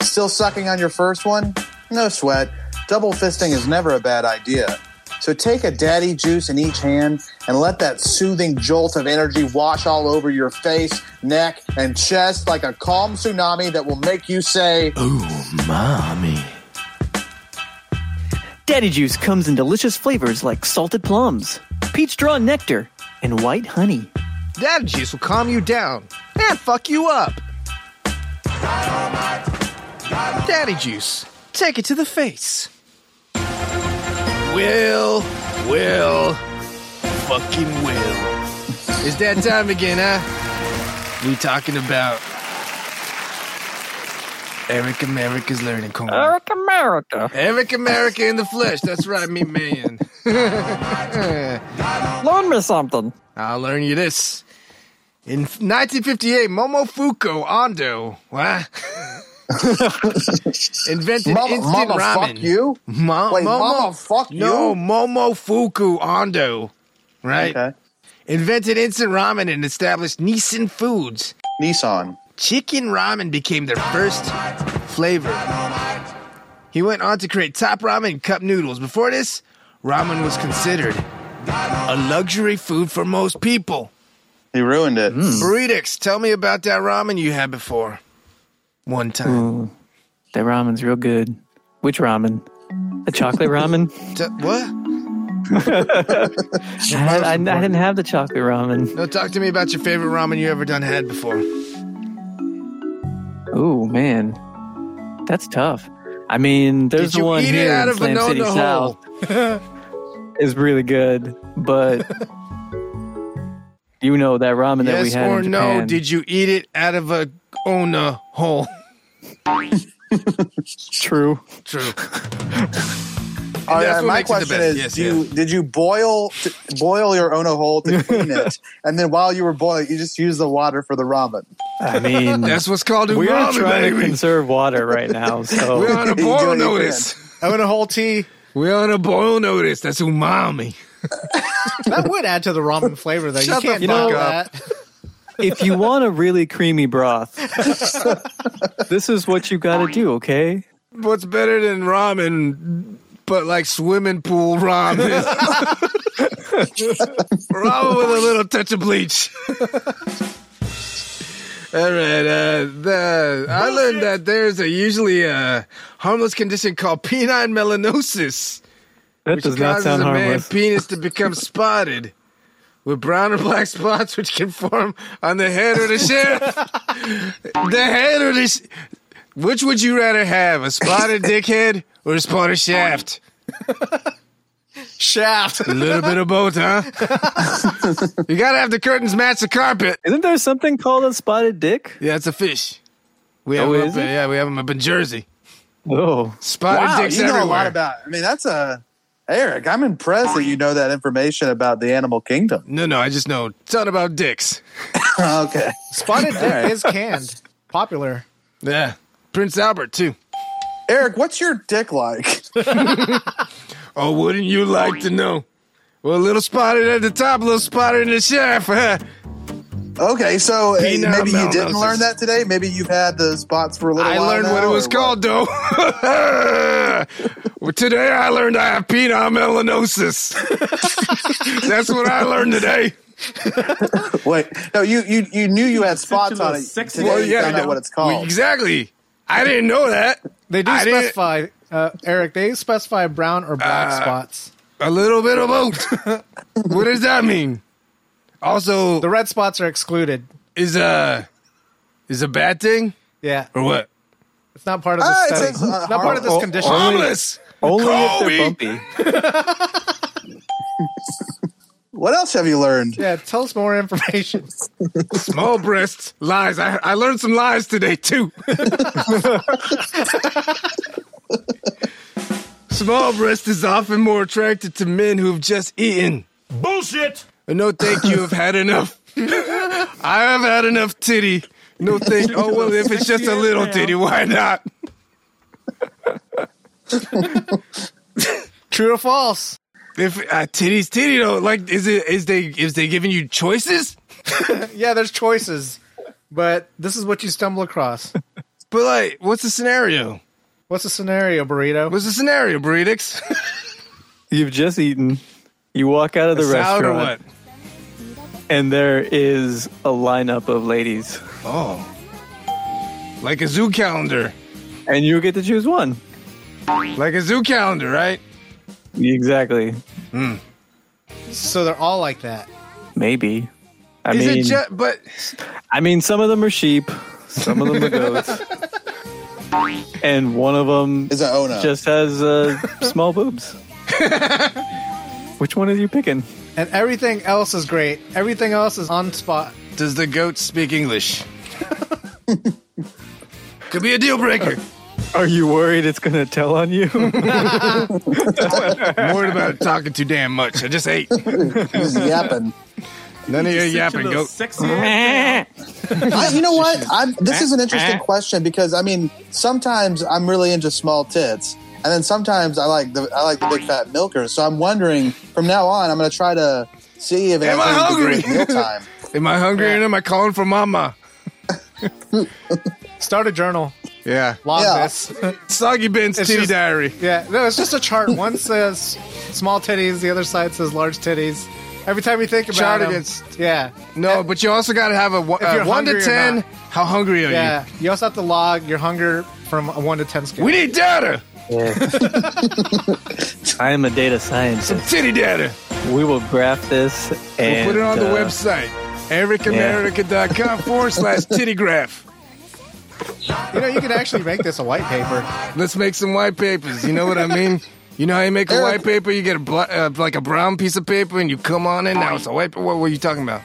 Still sucking on your first one? No sweat. Double fisting is never a bad idea. So take a daddy juice in each hand and let that soothing jolt of energy wash all over your face, neck, and chest like a calm tsunami that will make you say, Ooh, mommy. Daddy juice comes in delicious flavors like salted plums, peach drawn nectar, and white honey. Daddy juice will calm you down and fuck you up. Daddy juice, take it to the face. Will, will, fucking will. It's that time again, huh? We talking about Eric America's learning corner. Eric America. Eric America in the flesh. That's right, me man. Loan me something. I'll learn you this. In 1958, Momofuku Ando what? invented Mama, instant mama ramen. fuck you? Mo- Wait, Momo- mama, fuck No, you? Momofuku Ando, right? Okay. Invented instant ramen and established Nissan Foods. Nissan. Chicken ramen became their first flavor. He went on to create top ramen and cup noodles. Before this, ramen was considered a luxury food for most people. He ruined it. Hmm. Burritix, tell me about that ramen you had before. One Mm. time. That ramen's real good. Which ramen? The chocolate ramen? T- what? I, had- I, I didn't have the chocolate ramen. No, talk to me about your favorite ramen you ever done had before. Oh man, that's tough. I mean, there's Did you one eat here it out in of a Slam City no-no South. hole? is really good, but you know that ramen that we Yes had or in no? Japan. Did you eat it out of a ona hole? true. True. All that's right, what my makes it the question best. is: Yes, do you, Did you boil t- boil your own hole to clean it, and then while you were boiling, you just used the water for the ramen? I mean, That's what's called a we're ramen, trying baby. to conserve water right now, We're so on a You do boil it, you notice. I went a whole tea. We're on a boil notice. That's umami. That would add to the ramen flavor, though. Shut the you fuck can't knock up. that. if you want a really creamy broth, this is what you got to do. Okay. What's better than ramen, but like swimming pool ramen? Bravo with a little touch of bleach. All right. Uh, the, I learned that there's a usually a harmless condition called penile melanosis, That which does not causes sound a harmless. man's penis to become spotted with brown or black spots, which can form on the head or the sheriff. the head or the. Sh- which would you rather have, a spotted dickhead or a spotted shaft? Shaft. A little bit of both, huh? you gotta have the curtains match the carpet. Isn't there something called a spotted dick? Yeah, it's a fish. We have Oh, 'em is up in, it? yeah, we have them up in Jersey. Oh, Spotted wow, dicks you know everywhere. a lot about. I mean, that's a Eric. I'm impressed that you know that information about the animal kingdom. no, no, I just know a ton about dicks. okay, Spotted dick right. is canned. Popular. Yeah, Prince Albert too. Eric, what's your dick like? Oh, wouldn't you like to know? Well, a little spotted at the top, a little spotted in the shaft. huh? Okay, so uh, Peanut maybe you didn't melanosis. learn that today. Maybe you've had the spots for a little I while. learned now, what it was or called, though. well, today I learned I have penile melanosis. That's what I learned today. Wait, no, you you you knew you had spots Titular on it. sex- Today Well, you yeah, found I out know. what it's Well, called. exactly. I didn't know that. They do I didn't- specify, uh, Eric, they specify brown or black Uh, spots. A little bit of both. what does that mean? Also, The red spots are excluded. is a is a bad thing Yeah. or what? It's not part of this Ah, it study. says, uh, It's not part of this harmful- condition. Harmless. only Call if me. they're bumpy. What else have you learned? Yeah, tell us more information. Small breasts, lies. I, I learned some lies today too. Small breast is often more attracted to men who've just eaten. Bullshit! No, thank you. I've had enough. I have had enough titty. No, thank. Oh well, if it's just a little titty, why not? True or false? If uh, titties, titty though, like is it is they is they giving you choices? Yeah, there's choices, but this is what you stumble across. But like, what's the scenario? What's the scenario, burrito? What's the scenario, Breedix? You've just eaten. You walk out of the Salad or restaurant, what? and there is a lineup of ladies, Oh, like a zoo calendar, and you get to choose one. like a zoo calendar, right? Exactly. So they're all like that. Maybe. I is mean, it just? But I mean, some of them are sheep, some of them are goats, and one of them Is it Ona? just has uh, small boobs. Which one are you picking? And everything else is great. Everything else is on spot. does the goat speak English? Could be a deal breaker. Are you worried it's going to tell on you? I'm worried about talking too damn much. I just ate. He's yapping. None of your yapping, Titular goat. sexy ass. I, you know what? I'm, this is an Eh? interesting question because I mean, sometimes I'm really into small tits, and then sometimes I like the I like the big fat milkers. So I'm wondering from now on, I'm going to try to see if it Am has I anything to do hungry? with meal time. Am I hungry? And am I calling for mama? Start a journal. Yeah. Log Yeah. this. Soggy Ben's It's titty just- diary. Yeah, no, it's just a chart. One says small titties, the other side says large titties. Every time you think about Chart them- against- yeah, No, but you also got to have a one- If you're uh, one to hungry or ten. not. How hungry are yeah. You also have to log your hunger from a one to ten you? scale. We need data, I am a data scientist. titty data. We will graph this and we'll put it on the uh, website, ericamerica.com forward slash titty graph. you know, you could actually make this a white paper. Let's make some white papers. You know what I mean? You know how you make a Eric- white paper? You get a bla uh, like a brown piece of paper, and you come on in. Now it's a white. pa- What were you talking about?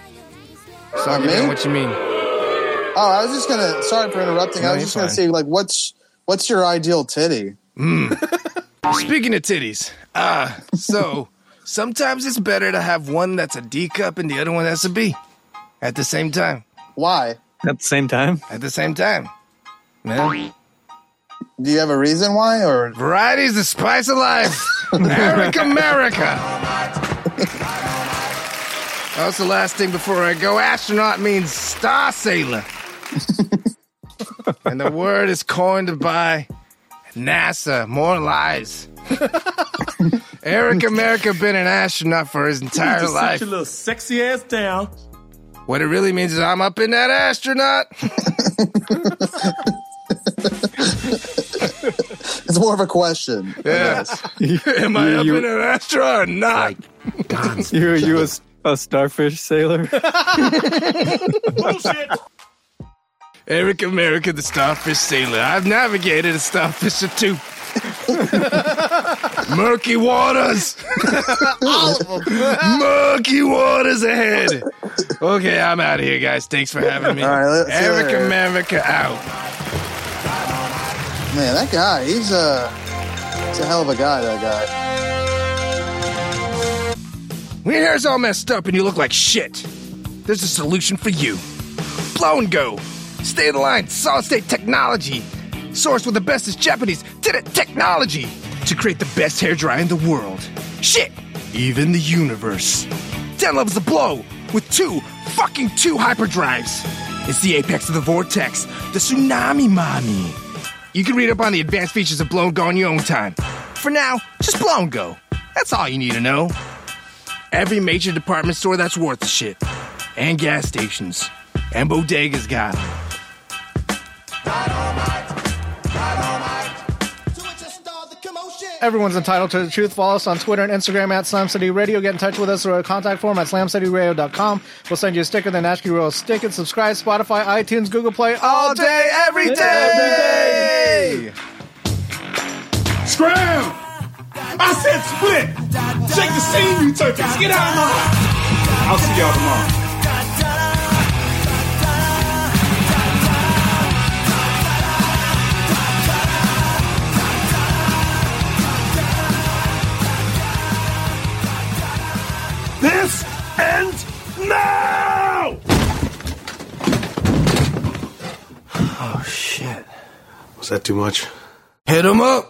Soggy me? Ben, what you mean? Oh, I was just going to. Sorry for interrupting. No, I was you're just going to fine. say like, what's what's your ideal titty? Speaking of titties, uh, so sometimes it's better to have one that's a D cup and the other one that's a B at the same time. Why? at the same time. At the same time. Man. Do you have a reason why? Or Variety is the spice of life. Eric America. That's the last thing before I go. Astronaut means star sailor. and the word is coined by NASA. More lies. Eric America been an astronaut for his entire Just sit life. your little sexy ass down. What it really means is I'm up in that astronaut. It's more of a question. Yes. Am I up in an astronaut or not? You you a, s- a starfish sailor? Bullshit. Eric America, the starfish sailor. I've navigated a starfish or two. Murky waters. Murky waters ahead. Okay, I'm out of here, guys. Thanks for having me. All right, let's see you Eric later. America out. Man, that guy, he's a, he's a hell of a guy, that guy. When your hair's all messed up and you look like shit, there's a solution for you. Blow and go. Stay in the line. Solid state technology. Sourced with the best is Japanese t- technology to create the best hair dryer in the world. Shit, even the universe. Ten levels of blow with two fucking two hyperdrives. It's the apex of the vortex, the tsunami mommy. You can read up on the advanced features of Blow and Go on your own time. For now, just Blow and Go. That's all you need to know every major department store that's worth shit, and gas stations, and bodegas got 'em. Everyone's entitled to the truth. Follow us on Twitter and Instagram at Slam City Radio. Get in touch with us through our contact form at slamcityradio.com. We'll send you a sticker, then ask you to roll a stick and subscribe. Spotify, iTunes, Google Play, all day, every day. Scram! I said split! Shake the scene, you turkeys! Get out of my house! I'll see y'all tomorrow. This ends now! Hit 'em up.